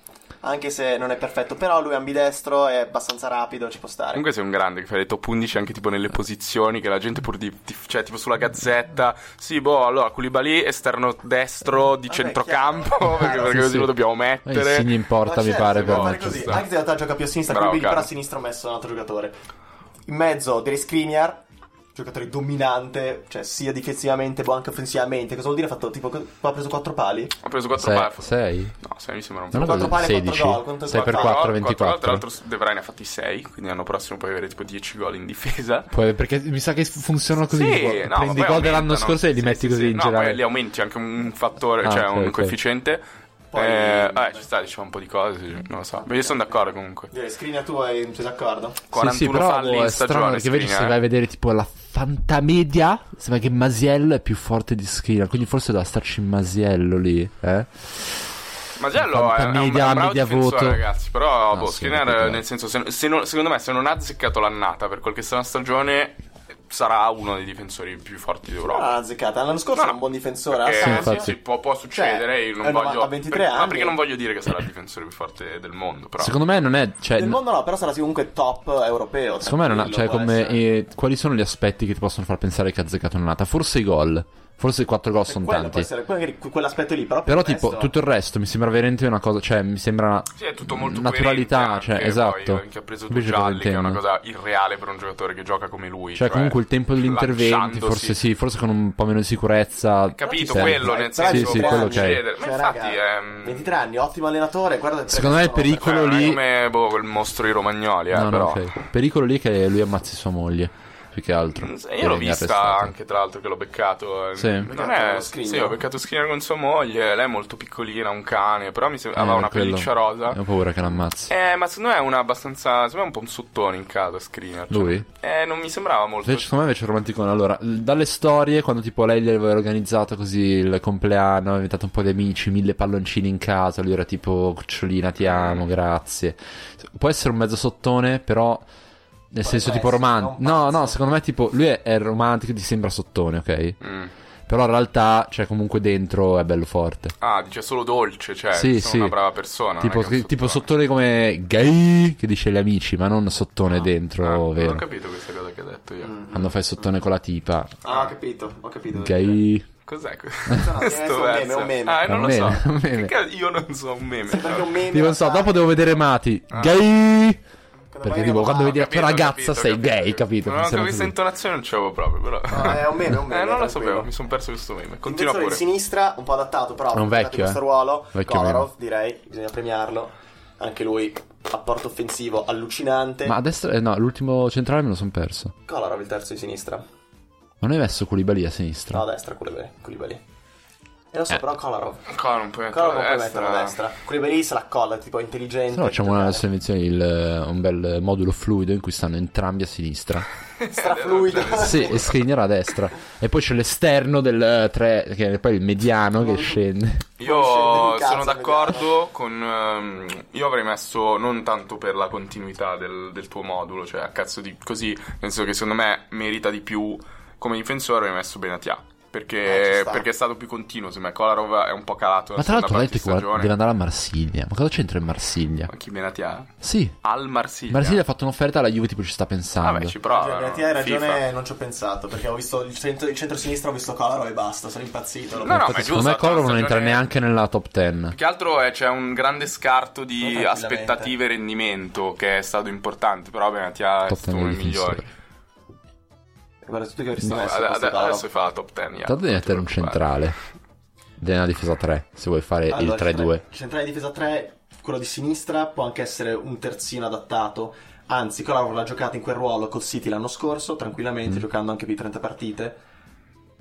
S2: anche se non è perfetto, però lui è ambidestro, è abbastanza rapido, ci può stare.
S3: Comunque sei un grande che fai le top 11 anche tipo nelle posizioni che la gente pur di... di- cioè tipo sulla gazzetta. Sì, boh, allora Koulibaly esterno destro di
S2: Vabbè,
S3: centrocampo
S2: chiaro.
S3: perché, perché
S1: Sì,
S3: così
S1: sì.
S3: lo dobbiamo
S1: Ma
S3: mettere.
S1: Insigne in porta,
S2: Ma
S1: mi
S2: certo,
S1: pare,
S2: si può
S1: però.
S2: fare
S1: ci
S2: così.
S1: sta.
S2: Anche se in realtà gioca più a sinistra,
S3: Bravo,
S2: quindi però a
S3: Carlo.
S2: sinistra ho messo un altro giocatore. In mezzo, direi Skriniar, giocatore dominante, cioè sia difensivamente ma anche offensivamente. Cosa vuol dire? Ha fatto tipo, ha preso 4 pali.
S3: Ho preso 4
S1: Sei,
S3: pari.
S1: sei?
S3: No, 6 mi sembra un po'.
S1: Non
S2: Quattro
S1: ho
S2: pali, quattro
S1: 16.
S2: gol, quanto è
S1: 6 per
S2: quattro?
S1: 4,
S3: Tra
S1: 24.
S3: l'altro De Vrij ne ha fatti 6, quindi l'anno prossimo puoi avere tipo 10 gol in difesa.
S1: Poi, perché mi sa che funzionano così. tipo,
S3: Sì, no, ma
S1: prendi i
S3: poi
S1: gol dell'anno
S3: aumentano.
S1: scorso e li
S3: Sì,
S1: metti
S3: sì,
S1: così
S3: sì.
S1: in
S3: no,
S1: generale.
S3: Poi li aumenti anche un fattore,
S1: Ah,
S3: cioè
S1: ok,
S3: un
S1: ok.
S3: coefficiente.
S2: Poi-
S3: Eh, eh, ci sta, diciamo un po' di cose, sì, non lo so. Ma io sono d'accordo comunque.
S2: Direi Skriniar, tu hai- sei d'accordo?
S3: 41
S1: sì, sì, però
S3: falli
S1: boh,
S3: in
S1: è strano
S3: stagione.
S1: perché vedi se
S3: Skriniar.
S2: eh.
S1: vai a vedere tipo la fantamedia, sembra che Masiello è più forte di Skriniar, quindi forse doveva starci Masiello lì, eh?
S3: Magello è, è un, è un
S1: Media-
S3: bravo
S1: media
S3: difensore,
S1: voto.
S3: ragazzi. Però,
S1: No,
S3: boh,
S1: sì,
S3: Skriniar,
S1: capito.
S3: nel senso, se, se non- secondo me, se non ha azzeccato l'annata per quel che sarà la stagione, sarà uno dei difensori più forti
S2: No,
S3: d'Europa.
S2: l'ha azzeccata. L'anno scorso
S3: No,
S2: è
S3: no.
S2: un buon difensore. eh,
S3: Perché-
S2: ha
S1: Sì,
S2: senso.
S1: infatti.
S3: sì, può, può succedere.
S2: Cioè,
S3: io non
S2: è un
S3: voglio,
S2: nova- ha 23
S3: perché- Ma
S2: anni.
S3: perché non voglio dire che sarà il difensore più forte del mondo, però.
S1: Secondo me non è, cioè,
S2: Nel
S1: n-
S2: mondo no, però sarà comunque top europeo.
S1: secondo me non ha, cioè
S2: tranquillo, può
S1: come,
S2: essere.
S1: eh, quali sono gli aspetti che ti possono far pensare che ha azzeccato una nata? Forse i gol, forse i 4 gol
S2: Cioè,
S1: sono
S2: quello può
S1: tanti.
S2: essere magari quell'aspetto lì, però. per
S1: Però
S2: il
S1: tipo
S2: resto-
S1: tutto il resto mi sembra veramente una cosa, cioè mi sembra una
S3: Sì, è tutto molto
S1: naturalità,
S3: coerente
S1: cioè,
S3: anche,
S1: esatto.
S3: Poi, eh, che ha preso due
S1: Capisci cosa
S3: gialli, che è una
S1: intendo?
S3: cosa irreale per un giocatore che gioca come lui.
S1: Cioè, comunque il tempo degli interventi,
S3: lanciandosi.
S1: forse sì, forse con un po' meno di sicurezza.
S3: Capito,
S1: Cioè,
S3: quello, nel
S2: Dai, dai,
S3: senso,
S1: sì,
S3: può
S1: quello c'è.
S3: succedere. Ma
S2: Cioè,
S3: infatti,
S2: raga,
S3: ehm,
S2: 23 anni, ottimo allenatore. Guarda,
S1: Secondo me il
S2: perché sono-
S1: pericolo- quello
S3: cioè, non è
S1: lì-
S3: come boh, il mostro i romagnoli, eh,
S1: No, no,
S3: però.
S1: ok. Pericolo lì che lui ammazzi sua moglie. più che altro.
S3: Mm, Io l'ho
S1: E viene
S3: vista
S1: arrestato.
S3: anche, tra l'altro, che l'ho beccato. eh.
S1: Sì.
S3: Non è...
S2: Beccato Skriniar.
S3: sì, ho beccato Skinner con sua moglie. Lei è molto piccolina, un cane. Però mi sembra. aveva
S1: Eh,
S3: una
S1: quello.
S3: pelliccia rosa.
S1: Ho paura che l'ammazzi.
S3: Eh, ma secondo me è una abbastanza. Secondo me è un po' un sottone in casa. Screener. cioè.
S1: Lui?
S3: Eh, non mi sembrava molto.
S1: Invece, secondo me invece è romanticone. Allora, l- dalle storie, quando tipo lei gli aveva organizzato così il compleanno, aveva invitato un po' di amici, mille palloncini in casa, lui era tipo cucciolina,
S3: Eh.
S1: ti amo, grazie. Può essere un mezzo sottone, però nel
S2: Può
S1: senso tipo
S2: essere,
S1: romantico.
S2: non
S1: No,
S2: pazzo.
S1: no, secondo me tipo lui è, è romantico, ti sembra sottone, ok?
S3: Mm.
S1: Però in realtà, cioè comunque dentro è bello forte.
S3: Ah, dice solo dolce, cioè.
S1: Sì,
S3: sono
S1: sì.
S3: una brava persona.
S1: tipo,
S3: non è che è un
S1: tipo sottone come gay, che dice agli amici, ma non sottone
S2: Ah,
S1: dentro,
S3: Ah, non ho
S1: vero?
S3: capito questa cosa che ho detto io.
S2: Mm.
S1: Quando fai sottone con la tipa,
S2: Ah, ho capito, ho
S3: Eh,
S2: capito.
S1: gay.
S3: Cos'è
S2: no,
S3: questo?
S2: è un meme, è un meme.
S3: Ah, eh, non
S1: È un
S3: lo
S1: meme,
S3: so.
S1: è un
S3: Che
S1: meme.
S3: cazzo- Io non so un meme. cioè.
S2: Sì, perché è un meme.
S1: Tipo, non so, dopo devo vedere Mati.
S3: Ah.
S1: Gay!
S2: Quando
S1: Perché
S2: magari
S1: tipo,
S2: va-
S1: quando vedi la
S3: Capito,
S1: tua ragazza
S3: capito,
S1: sei
S3: capito.
S1: gay, capito?
S3: Non ho
S1: Funziona
S3: capito questa
S1: così.
S3: intonazione, non c'avevo proprio, però.
S2: No, è un meme, è un meme.
S3: eh, non lo
S2: tranquillo.
S3: sapevo, mi sono perso questo meme. Continua
S2: Difensore
S3: pure.
S2: di sinistra, un po' adattato, però
S1: È un vecchio,
S2: per questo
S1: eh.
S2: ruolo.
S1: Vecchio
S2: Kolarov, direi, bisogna premiarlo. Anche lui, apporto offensivo allucinante.
S1: Ma a destra, eh, no, l'ultimo centrale me lo sono perso.
S2: Kolarov il terzo di sinistra.
S1: Ma non hai messo Koulibaly a
S2: No, a
S1: sinistra?
S2: destra, Koulibaly. E lo so,
S1: Eh.
S2: però Kolarov.
S3: Qua non puoi mettere la
S2: Kolarov non puoi metterlo a
S3: Eh, destra.
S2: destra. Koulibaly se la colla, tipo è intelligente.
S1: Se no facciamo una
S2: giocare.
S1: selezione, il, eh, un bel modulo fluido in cui stanno entrambi a sinistra.
S3: Eh,
S2: Strafluido.
S1: sì, e Skriniar a destra. E poi c'è l'esterno del 3, che è poi il mediano che scende.
S3: Io
S2: Scende in casa,
S3: sono d'accordo con. ehm, io avrei messo non tanto per la continuità del, del tuo modulo, cioè a cazzo di così. Penso che secondo me merita di più. Come difensore avrei messo Benatia.
S2: Eh, ci
S3: Perché,
S2: sta.
S3: perché è stato più continuo. Secondo me Kolarov è un po' calato.
S1: Ma tra l'altro ha detto che guarda- deve
S3: che
S1: andare a Marsiglia. Ma cosa c'entra in Marsiglia?
S3: chi Benatia?
S1: Sì,
S3: Al Marsiglia.
S1: Marsiglia ha fatto un'offerta alla Juve, tipo ci sta pensando.
S3: Vabbè, ci
S2: Ah,
S3: prova.
S2: Giannetti, hai ragione,
S3: FIFA.
S2: non ci ho pensato, perché ho visto il, centro, il centro-sinistra, ho visto Kolarov e basta, sono impazzito.
S3: No, no, ma è
S1: Infatti, secondo
S3: giusto,
S1: me Kolarov
S3: la
S1: non entra
S3: stagione-
S1: neanche nella top 10.
S3: Più che altro eh, c'è un grande scarto di
S2: Tranquillamente.
S3: aspettative e rendimento che è stato importante, però Benatia è
S1: Top
S3: stato
S1: 10
S3: uno
S1: del
S3: dei migliori.
S1: difensore.
S2: Guarda, tutti che avresti
S3: No,
S2: messo
S3: ade-
S2: questo
S3: ade-
S2: Kolarov.
S3: adesso fa la top 10. yeah.
S1: Tanto devi
S3: Non ti
S1: mettere un centrale.
S3: preoccupare.
S1: Devi una difesa 3, se vuoi fare
S2: Allora,
S1: Eh, il 3-2.
S2: centrale- Centrale difesa 3, quello di sinistra, può anche essere un terzino adattato. Anzi, Kolarov l'ha giocato in quel ruolo col City l'anno scorso,
S3: Mm.
S2: tranquillamente, giocando anche più di 30 partite.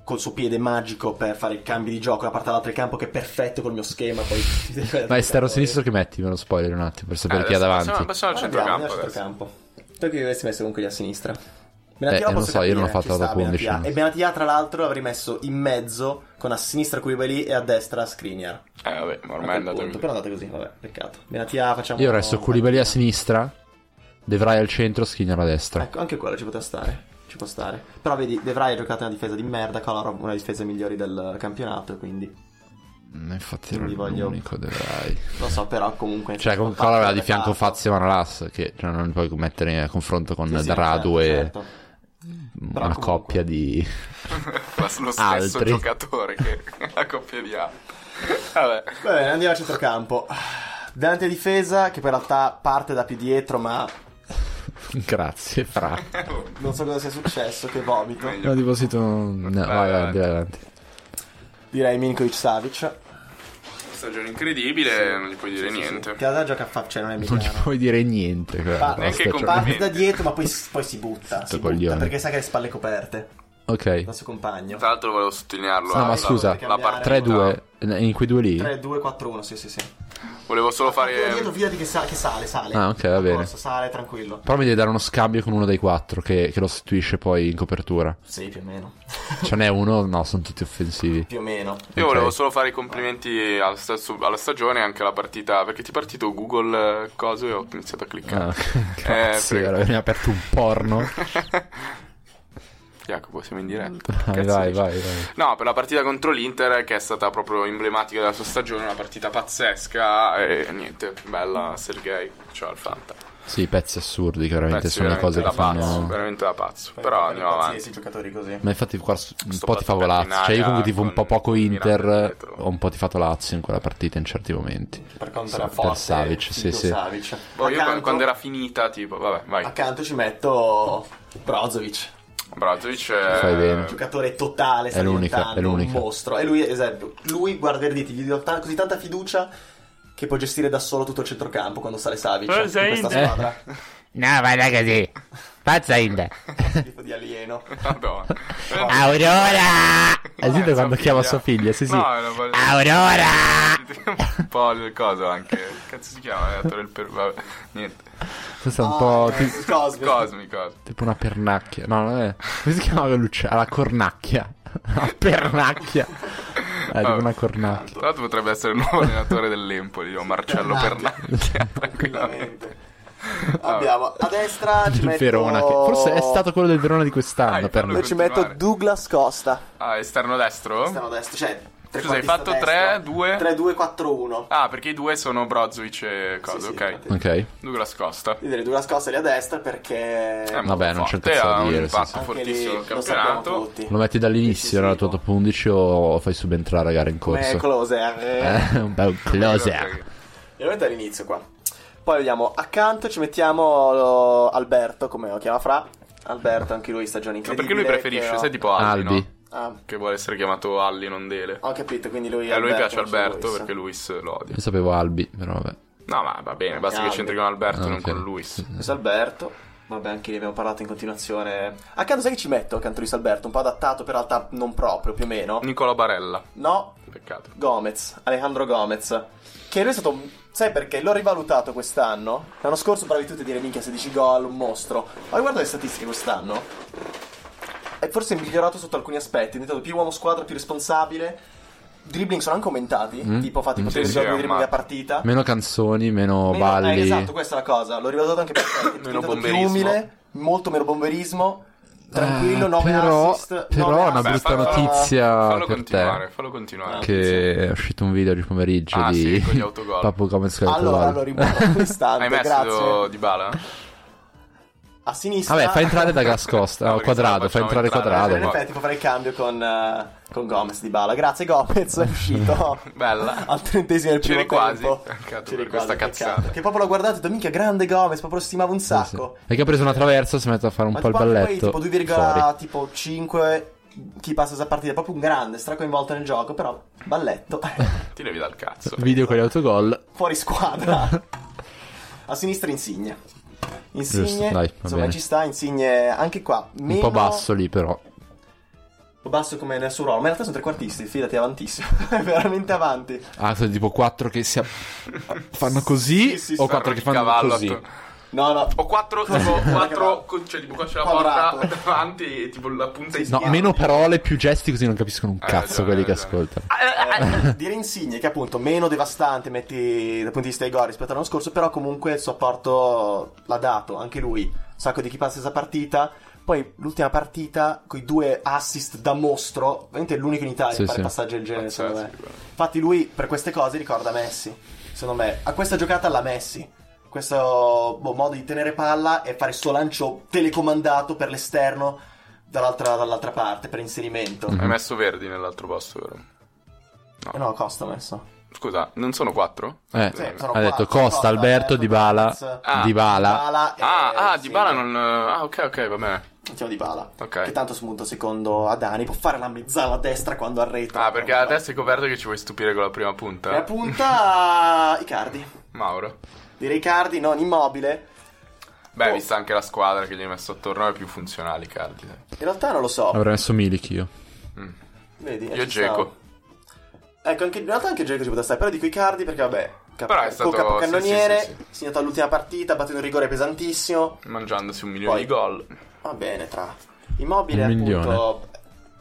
S2: Col suo piede magico per fare i cambi di gioco, la parte dall'altro del campo che è perfetto col mio schema. Poi
S1: Ma esterno sinistro che metti? Me lo spoiler un attimo per sapere
S3: Eh,
S1: chi è
S3: adesso
S1: davanti.
S3: Passiamo, passiamo al
S2: Guarda, andiamo
S3: centrocampo
S2: al
S3: adesso.
S2: centrocampo. Tu che avresti messo comunque lì a sinistra?
S1: Eh, non lo so, io non ho fatto la top 11,
S2: E Benatia, tra l'altro, l'avrei messo in mezzo con a sinistra Koulibaly e a destra Skriniar.
S3: Eh vabbè, ma ormai
S2: A
S3: è
S2: quel
S3: andato
S2: punto,
S3: così.
S2: Però è andata così, vabbè, peccato. Benatia, facciamo
S1: Io resto Koulibaly a sinistra, De Vrij al centro, Skinner a destra.
S2: Ecco, anche quello ci poteva stare. Ci può stare. Però vedi, De Vrij ha giocato una difesa di merda, Kolarov una difesa migliori del campionato, quindi
S1: Mm, Infatti ero
S2: Quindi voglio-
S1: l'unico De Vrij.
S2: lo so, però comunque
S1: Cioè, comunque
S2: Kolarov
S1: Kolarov aveva di fianco Fazio e Manolas, che cioè, non li puoi mettere a confronto con
S2: certo,
S1: Daradu e una
S2: Però comunque-
S1: coppia di...
S3: Lo stesso
S1: Altri.
S3: giocatore che la coppia di A. Vabbè.
S2: Va bene, andiamo al centrocampo. Dante difesa, che poi in realtà parte da più dietro, ma
S1: Grazie, Fra.
S3: oh,
S2: non so cosa sia successo, che vomito.
S3: Meglio.
S1: No, tipo sito... No, vai, vai,
S3: avanti.
S1: vai avanti.
S2: Direi Minkovic Savic.
S3: Stagione incredibile, non gli puoi dire niente.
S2: Che in realtà gioca a fa- cioè non è
S1: Non gli
S2: mica.
S1: puoi dire niente. guarda,
S2: Ah, Neanche
S1: sta-
S3: compl-
S2: Cioè, Parte da dietro, ma poi, poi si butta. Si butta
S1: Cioè, coglione.
S2: perché sa che ha le spalle coperte.
S1: Ok.
S2: Dal suo compagno.
S3: Tra l'altro volevo sottolinearlo.
S2: No,
S3: la-
S1: ma
S3: la-
S1: scusa,
S3: la partita-
S1: 3-2 in quei due lì.
S2: 3, 2, 4, 1, sì, sì, sì.
S3: Volevo solo
S2: Fino dietro,
S3: fare...
S2: fidati che, sa- che sale, sale.
S1: Ah, ok, va bene.
S2: Corsa, sale, tranquillo.
S1: Però mi devi dare uno scambio con uno dei quattro che, che lo sostituisce poi in copertura.
S2: Sì, più o meno.
S1: Ce n'è uno? No, sono tutti offensivi.
S2: Più o meno.
S3: Io
S1: Ok.
S3: volevo solo fare i complimenti alla, sta- su- alla stagione e anche alla partita, perché ti è partito Google eh, coso e ho iniziato a cliccare.
S1: Ah, grazie,
S3: prego.
S1: era- mi ha aperto un porno.
S3: Jacopo, siamo in diretta.
S1: Ah. Vai,
S3: Cazzo
S1: vai,
S3: dici?
S1: vai, vai.
S3: No, per la partita contro l'Inter che è stata proprio emblematica della sua stagione, una partita pazzesca e niente, bella Sergei, ciao al Fanta.
S1: Sì, pezzi assurdi che veramente
S3: Pezzi
S1: sono le cose
S3: da
S1: che fanno...
S3: pazzo, veramente da pazzo. Però andiamo avanti.
S2: Qualsiasi giocatori così.
S1: Ma infatti qua s- un
S3: Sto
S1: po' ti
S3: battuta
S1: Lazio. Cioè io comunque
S3: in
S1: tifo un
S3: aria
S1: po' poco
S3: con Milan
S1: Inter,
S3: dietro.
S1: ho un po' tifato Lazio in quella partita in certi momenti.
S2: Per contro
S1: Sì,
S2: la
S1: per
S2: forte.
S1: Savic,
S2: Figo
S1: sì, sì.
S2: Savic.
S3: Poi Boh, io
S2: Accanto-
S3: quando, quando era finita, tipo, vabbè, vai.
S1: Ah.
S2: Accanto ci metto Brozovic.
S3: Brozovic
S1: Fai bene.
S2: Giocatore totale, sta
S1: Ehm, È l'unica,
S2: diventando
S1: è l'unica.
S2: un mostro. E lui, esempio, lui, guarda, gli dico, gli do tan- così tanta fiducia che può gestire da solo tutto il centrocampo quando sale Savic
S3: Eh,
S4: Oh,
S2: in questa
S4: Zaid.
S2: squadra.
S1: Eh.
S5: No, vada così. Pazza Inda.
S2: tipo di alieno.
S3: Madonna.
S5: Aurora!
S1: Hai sentito quando chiama sua figlia? Sì, Ah, sì.
S3: No, è una voce-
S5: Aurora!
S3: un po' il coso anche. Che Cazzo si chiama? L'attore del per... Vabbè, niente.
S1: Questa è un
S2: Ah,
S3: Oh,
S1: po'
S2: eh,
S1: ti-
S2: Cosby.
S3: Cosmi, cosmi.
S1: tipo una pernacchia. No, non è. Come si chiama Lucia? La cornacchia. La pernacchia. È tipo
S3: Vabbè.
S1: una cornacchia.
S3: Tra l'altro potrebbe essere il nuovo allenatore dell'Empoli, io, Marcello Pernacchia, tranquillamente.
S2: Veramente. Abbiamo a destra ci
S1: Il
S2: metto...
S1: Verona. Che forse è stato quello del Verona di
S3: Ah,
S1: quest'anno.
S3: il
S1: per
S3: Verona-
S1: me.
S2: Io ci metto
S3: Continuare.
S2: Douglas Costa.
S3: Ah, esterno destro?
S2: Esterno destro, cioè
S3: Scusa, hai
S2: trequartista
S3: fatto eh?
S2: destro.
S3: 3, 2?
S2: 3-2, 4-1.
S3: Ah, perché i due sono Brozovic e cosa,
S2: Sì, sì,
S3: ok.
S2: infatti.
S1: Ok.
S3: Douglas Costa.
S2: Quindi Douglas Costa è lì a destra perché...
S3: Eh,
S1: Vabbè, non c'è
S3: forte,
S1: cazzo da
S3: ha un
S1: dire, sì,
S3: impatto
S1: sì.
S2: anche lì
S3: fortissimo nel
S2: lo sappiamo
S3: campionato.
S2: tutti.
S1: Lo metti dall'inizio era la tua top 11 o fai subentrare a gara in
S2: Come
S1: corso?
S2: Closer.
S1: Eh, un bel closer.
S2: E lo metto all'inizio qua. Poi vediamo accanto, ci mettiamo lo- Alberto, come lo chiama Fra. Alberto, anche lui
S3: Ma
S2: stagione incredibile.
S3: perché lui preferisce,
S2: che-
S3: sai tipo Alli,
S1: Albi.
S3: no?
S2: Ah,
S3: Che vuole essere chiamato Alli, non Dele.
S2: ho capito, quindi lui...
S3: E Eh, a lui piace
S2: non c'è
S3: Alberto
S2: Luis.
S3: perché Luis lo odia.
S1: Io sapevo Albi, però vabbè.
S3: No, ma va bene, basta
S2: Albi.
S3: che c'entri con Alberto,
S1: Ah,
S3: non
S1: ok.
S3: con Luis.
S2: Luis Alberto. Vabbè, anche lì abbiamo parlato in continuazione. Accanto, sai che ci metto accanto Luis Alberto? Un po' adattato, per realtà non proprio, più o meno.
S3: Nicola Barella,
S2: No,
S3: peccato.
S2: Gomez, Alejandro Gomez. Che lui è stato. Sai perché? L'ho rivalutato quest'anno. L'anno scorso bravi tutti a dire minchia 16 gol, un mostro. Ma guarda le statistiche quest'anno. È forse migliorato sotto alcuni aspetti. È diventato più uomo squadra, più responsabile. Dribbling sono anche aumentati. Tipo fatti
S1: Mm.
S2: poter
S3: Sì, sì,
S2: giocare
S3: è
S2: di dribbling a
S3: ammazzato.
S2: partita.
S1: Meno canzoni, meno,
S2: Meno-
S1: balli.
S2: eh, esatto, questa è la cosa. L'ho rivalutato anche perché è diventato più
S3: bomberismo.
S2: umile, molto meno bomberismo. Tranquillo,
S1: Eh,
S2: 9
S1: però-
S2: assist.
S1: però
S2: nove
S1: è una
S2: assist.
S1: brutta
S2: Però-
S1: notizia.
S3: Fallo
S1: per
S3: continuare,
S1: te.
S3: fallo
S2: Ah.
S3: continuare.
S1: Che è uscito un video oggi pomeriggio
S3: Ah,
S1: di
S3: sì, con gli autogol.
S1: Papo Gomez con gli
S2: Allora
S1: autogol.
S2: lo rimuovo
S3: Hai
S2: quest'anno,
S3: messo
S2: grazie.
S3: Di Bala?
S2: A sinistra. Eh,
S1: Vabbè, fa entrare Douglas Costa.
S3: No,
S1: ah,
S3: perché
S1: quadrato, fa
S3: facciamo
S1: entrare
S3: entrare.
S2: in
S1: quadrato.
S2: effetti può fare il cambio con, eh, con Gomez di Bala. Grazie Gomez, è uscito
S3: Bella.
S2: al trentesimo del
S3: C'eri
S2: primo
S3: quasi,
S2: tempo.
S3: peccato
S2: C'eri
S3: per questa
S2: quasi,
S3: cazzata.
S2: peccato. Che proprio l'ho guardato e ho detto, minchia, grande Gomez, proprio lo stimavo un
S1: Sì, sì.
S2: sacco.
S1: E che ha preso una traversa, si mette a fare un
S2: Ma
S1: po' il
S2: tipo anche
S1: balletto.
S2: poi
S1: fuori.
S2: tipo 5 chi passa questa partita, proprio un grande, stracoinvolto nel gioco, però balletto.
S3: Ti levi dal cazzo.
S1: Video con gli autogol.
S2: Fuori squadra. A sinistra Insigne. Insigne,
S1: Giusto, dai, va
S2: insomma
S1: bene.
S2: ci sta, Insigne anche qua.
S1: Un po' basso lì, però.
S2: basso come nel suo ruolo, ma in realtà sono trequartisti, fidati, è avantissimo. è veramente avanti.
S1: Ah, sono tipo 4 che si a- fanno così
S2: Sì, sì,
S1: o
S2: sì,
S1: 4 che fanno
S3: Cavallo
S1: così.
S3: attorno.
S2: No, no.
S3: Ho quattro, tipo, quattro, con- cioè tipo qua c'è la
S2: Quadrato.
S3: porta davanti e tipo la punta
S1: No,
S3: ischiava.
S1: meno parole, più gesti, così non capiscono un
S3: Hai
S1: cazzo
S3: ragione,
S1: quelli
S3: hai
S1: che
S3: ragione.
S1: ascoltano.
S3: ah,
S2: Eh, dire Insigne che appunto meno devastante metti dal punto di vista dei gol rispetto all'anno scorso, però comunque il suo apporto l'ha dato anche lui. Un sacco di chi passa questa partita. Poi l'ultima partita con i due assist da mostro, veramente è l'unico in Italia
S1: Sì,
S2: a fare
S1: sì.
S2: passaggi del
S3: Cioè,
S2: genere, secondo me.
S3: Pazzesco, guarda.
S2: Infatti lui per queste cose ricorda Messi. Secondo me, a questa giocata la Messi. Questo boh, modo di tenere palla e fare il suo lancio telecomandato per l'esterno dall'altra, dall'altra parte, per inserimento.
S1: Mm. Mhm.
S3: Hai messo Verdi nell'altro posto, vero?
S2: Eh no, Costa ho messo.
S3: Scusa, non sono quattro?
S1: Eh,
S2: Sì, sono
S1: ha
S2: quattro,
S1: detto Costa, Alberto, Di Bala,
S2: Gomez,
S3: Ah.
S1: Di Bala.
S2: Dybala e-
S3: Ah, ah,
S2: Eh, sì,
S3: Di Bala non... Ah, ok, ok, va bene.
S2: Mettiamo Di Bala.
S3: Ok.
S2: Che tanto spunto secondo Adani può fare la mezzala a destra quando arreta.
S3: Ah, perché adesso è coperto che ci vuoi stupire con la prima
S2: E
S3: punta?
S2: punta Icardi.
S3: Mauro.
S2: Direi Icardi, non immobile.
S3: Beh,
S2: Oh.
S3: vista anche la squadra che gli hai messo attorno, è più funzionale, Cardi.
S2: In realtà non lo so.
S1: Avrei messo Milik io.
S2: Vedi, eh,
S3: Io
S2: ci sta.
S3: Dzeko.
S2: Ecco, anche, in realtà anche Dzeko ci poteva stare, però dico Icardi perché vabbè. Cap-
S3: Però è stato-
S2: co- capocannoniere,
S3: sì, sì, sì,
S2: segnato all'ultima partita, battendo un rigore pesantissimo.
S3: Mangiandosi un milione
S2: Poi.
S3: di gol.
S2: Va bene, tra. Immobile,
S1: Un
S2: appunto.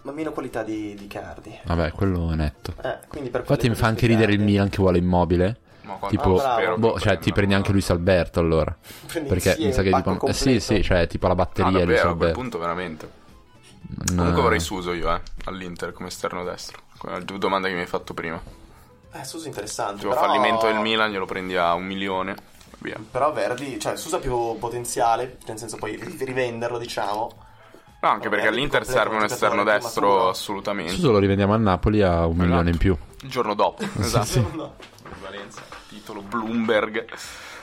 S2: Ma meno qualità di, di Icardi.
S1: Vabbè, quello è netto.
S2: Eh, quindi per
S1: Infatti
S2: quelle
S1: mi fa anche
S2: qualificate-
S1: ridere il Milan che vuole immobile.
S3: Ma quanto
S1: Tipo,
S2: Ah, bravo.
S3: spero che
S1: boh, cioè, ti
S3: prendano.
S1: prendi anche Luis Alberto allora.
S2: Prendi
S1: Perché
S2: insieme
S1: mi sa che
S2: il
S1: tipo.
S2: pacco
S1: eh, sì,
S2: completo.
S1: sì, cioè, tipo la
S3: No,
S1: batteria Luis
S3: Ah, davvero, a quel
S1: Alberto.
S3: punto veramente.
S1: No.
S3: Comunque vorrei Suso io, eh, all'Inter come esterno destro. Quella d- domanda che mi hai fatto prima.
S1: cioè.
S2: Eh, Suso è interessante.
S3: Tipo
S2: però...
S3: fallimento del Milan, glielo prendi a un milione. Via.
S2: Però Verdi, cioè Suso ha più potenziale, nel senso poi ri- rivenderlo, diciamo.
S3: No, anche
S2: Vabbè,
S3: perché all'Inter
S2: completa
S3: serve un
S2: la
S3: esterno
S2: prima
S3: destro
S2: squadra.
S3: assolutamente.
S1: Scusa, lo rivendiamo a Napoli a
S3: Esatto.
S1: un milione in più.
S3: Il giorno dopo, esatto.
S2: No.
S3: Valenza, titolo Bloomberg.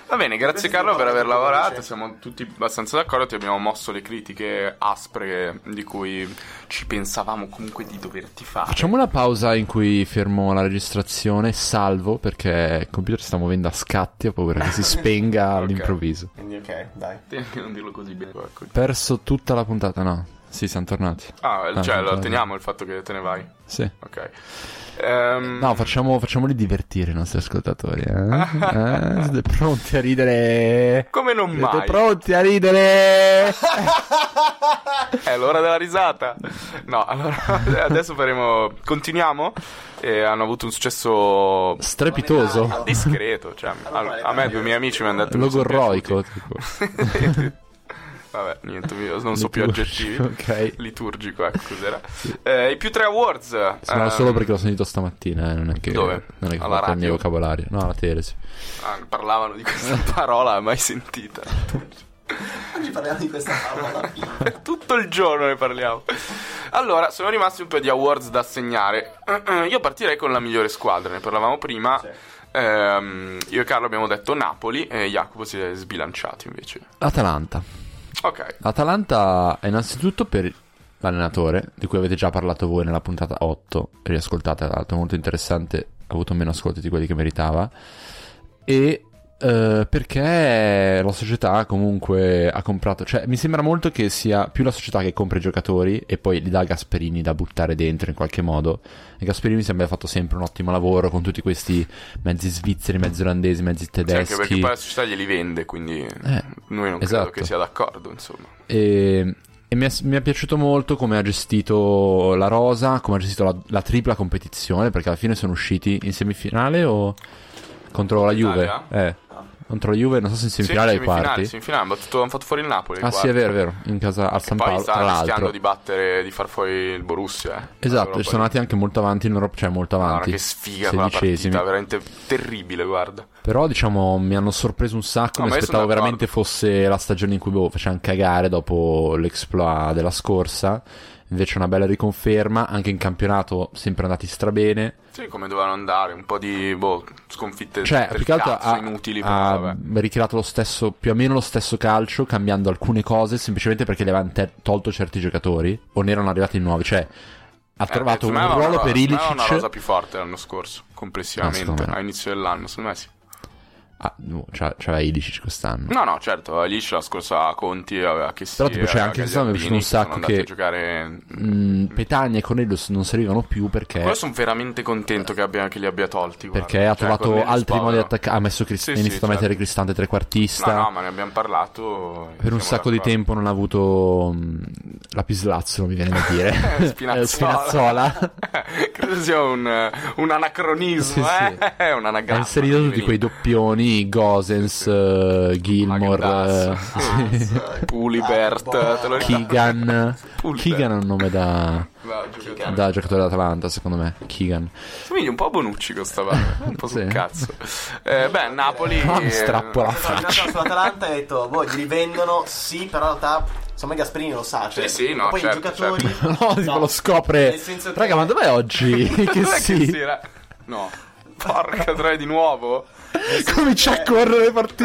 S3: Va bene, grazie Carlo per aver
S2: Questo è un po'
S3: lavorato,
S2: veloce.
S3: siamo tutti abbastanza d'accordo, ti abbiamo mosso le critiche aspre di cui ci pensavamo comunque di doverti fare.
S1: Facciamo una pausa in cui fermo la registrazione, salvo perché il computer si sta muovendo a scatti, ho paura che si spenga
S3: Ok.
S1: all'improvviso.
S2: Quindi ok, dai.
S3: Tieni che non dirlo così bene. ecco.
S1: Perso tutta la puntata, no? Sì, siamo tornati.
S3: Ah,
S1: Ah,
S3: cioè,
S1: non
S3: lo
S1: so.
S3: teniamo il fatto che te ne vai.
S1: Sì.
S3: Ok. Ehm,
S1: No, facciamo, facciamoli divertire i nostri ascoltatori. Eh? Eh? Siete pronti a ridere?
S3: Come non
S1: Siete
S3: mai?
S1: pronti a ridere?
S3: È l'ora della risata. No, allora adesso faremo. Continuiamo. E hanno avuto un successo
S1: Strepitoso.
S3: discreto. Cioè, a, a me due miei amici mi hanno detto. che sono
S1: Logorroico. Tipo.
S3: piaciuti. Vabbè, niente, io non so più aggettivi.
S1: Liturgico, ok.
S3: Liturgico, ecco cos'era. Eh, I più tre awards.
S1: Sono
S3: Ehm,
S1: solo perché l'ho sentito stamattina, eh, non è che
S3: Dove?
S1: non è che
S3: Alla
S1: fa parte del
S3: radio?
S1: mio vocabolario. No, alla tele, sì.
S3: ah, parlavano di questa parola mai sentita.
S2: Oggi parliamo di questa favola.
S3: Per tutto il giorno ne parliamo. Allora, sono rimasti un po' di awards da assegnare. Io partirei con la migliore squadra, ne parlavamo prima.
S2: Sì.
S3: Ehm, io e Carlo abbiamo detto Napoli e Jacopo si è sbilanciato invece.
S1: Atalanta.
S3: Ok.
S1: Atalanta è innanzitutto per l'allenatore, di cui avete già parlato voi nella puntata 8, riascoltate, tra l'altro molto interessante, ha avuto meno ascolti di quelli che meritava, e eh, perché la società comunque ha comprato, cioè mi sembra molto che sia più la società che compra i giocatori e poi li dà a Gasperini da buttare dentro in qualche modo, e Gasperini mi sembra abbia fatto sempre un ottimo lavoro con tutti questi mezzi svizzeri, mezzi olandesi, mezzi
S3: Sì, anche perché
S1: tedeschi.
S3: poi la società glieli vende, quindi noi non credo
S1: esatto.
S3: che sia d'accordo, insomma.
S1: E, e mi, è, mi è piaciuto molto come ha gestito la rosa, come ha gestito la, la tripla competizione, perché alla fine sono usciti in semifinale o contro la Juve?
S3: Italia?
S1: Eh, contro la Juve, non so se in semifinale
S3: sì,
S1: o ai quarti.
S3: semifinale, semifinale, hanno battuto- hanno fatto fuori il Napoli. ai
S1: Ah sì, è
S3: quarti.
S1: vero, è vero, in casa al San
S3: Poi
S1: Paolo, tra
S3: stanno rischiando
S1: l'altro.
S3: di battere, di far fuori il Borussia. eh.
S1: Esatto,
S3: Allora,
S1: ci sono
S3: poi-
S1: andati anche molto avanti in Europa, cioè molto
S3: Guarda,
S1: avanti.
S3: Ah, che sfiga quella
S1: sedicesimi.
S3: partita, veramente terribile, guarda.
S1: Però diciamo mi hanno sorpreso un sacco,
S3: No,
S1: mi
S3: ma io
S1: aspettavo
S3: sono d'accordo.
S1: veramente fosse la stagione in cui boh, facevano cagare dopo l'exploit della scorsa, invece una bella riconferma, anche in campionato sempre andati strabene,
S3: Sì, come dovevano andare, un po' di boh, sconfitte
S1: cioè
S3: del
S1: più che altro
S3: cazzo,
S1: ha,
S3: inutili, però
S1: ha
S3: vabbè.
S1: ritirato lo stesso, più o meno lo stesso calcio, cambiando alcune cose semplicemente perché le avevano te- tolto certi giocatori o ne erano arrivati nuovi, cioè ha
S3: Eh,
S1: trovato
S3: secondo me
S1: un
S3: aveva
S1: ruolo
S3: una-
S1: per
S3: secondo me aveva una
S1: Ilicic,
S3: rosa più forte l'anno scorso,
S1: No,
S3: complessivamente,
S1: secondo me no.
S3: a inizio dell'anno, secondo me sì.
S1: ah, no, c'era c'era Ilicic quest'anno.
S3: No, no, certo, Ilicic la scorsa Conti aveva che sì,
S1: Però, tipo, c'è
S3: aveva
S1: anche
S3: Gagliardini,
S1: quest'anno mi è piaciuto un
S3: sono
S1: sacco
S3: andati
S1: che-
S3: a giocare...
S1: Mm, Petagna e Cornelius non servivano più perché...
S3: Io sono veramente contento che, abbia- che li abbia tolti, guarda.
S1: Perché ha
S3: Cioè,
S1: trovato
S3: Cornelius,
S1: altri modi di
S3: povero.
S1: attaccare. Ha messo Crist-
S3: Sì,
S1: ha
S3: sì,
S1: iniziato a
S3: certo.
S1: mettere Cristante trequartista.
S3: No, no, ma ne abbiamo parlato...
S1: per un
S3: siamo
S1: sacco di
S3: d'accordo.
S1: tempo non ha avuto mh, la pislazzo, mi viene da dire. Eh,
S3: Spinazzola.
S1: Spinazzola.
S3: Credo sia un, un anacronismo,
S1: Sì,
S3: eh? Un
S1: ha
S3: anagramma.
S1: inserito tutti
S3: Quindi-
S1: quei doppioni, Gosens, eh, Gilmore,
S3: Hagendass,
S1: eh, sì,
S3: Hagendass, Pulibert, te lo ricordi?
S1: Keegan.
S3: Pulver.
S1: Keegan è un nome da,
S3: No, giocatore.
S1: da giocatore d'Atalanta, secondo me. Keegan.
S3: Somiglia un po' a Bonucci questa volta, un po' sul
S1: Sì.
S3: cazzo. Eh, beh, Napoli...
S1: Ah, mi strappo la
S3: eh,
S2: Sono andato sull'Atalanta e ho detto, boh, li vendono, sì, però in realtà, insomma, Gasperini lo sa. Cioè,
S3: Sì, sì, no,
S2: poi
S3: certo,
S2: i giocatori...
S1: No, tipo lo scopre.
S2: Nel senso che-
S1: Raga, ma dov'è oggi? che
S3: Dov'è
S1: sì.
S3: si era- No. Porca troia di nuovo?
S1: Comincia a correre le partite.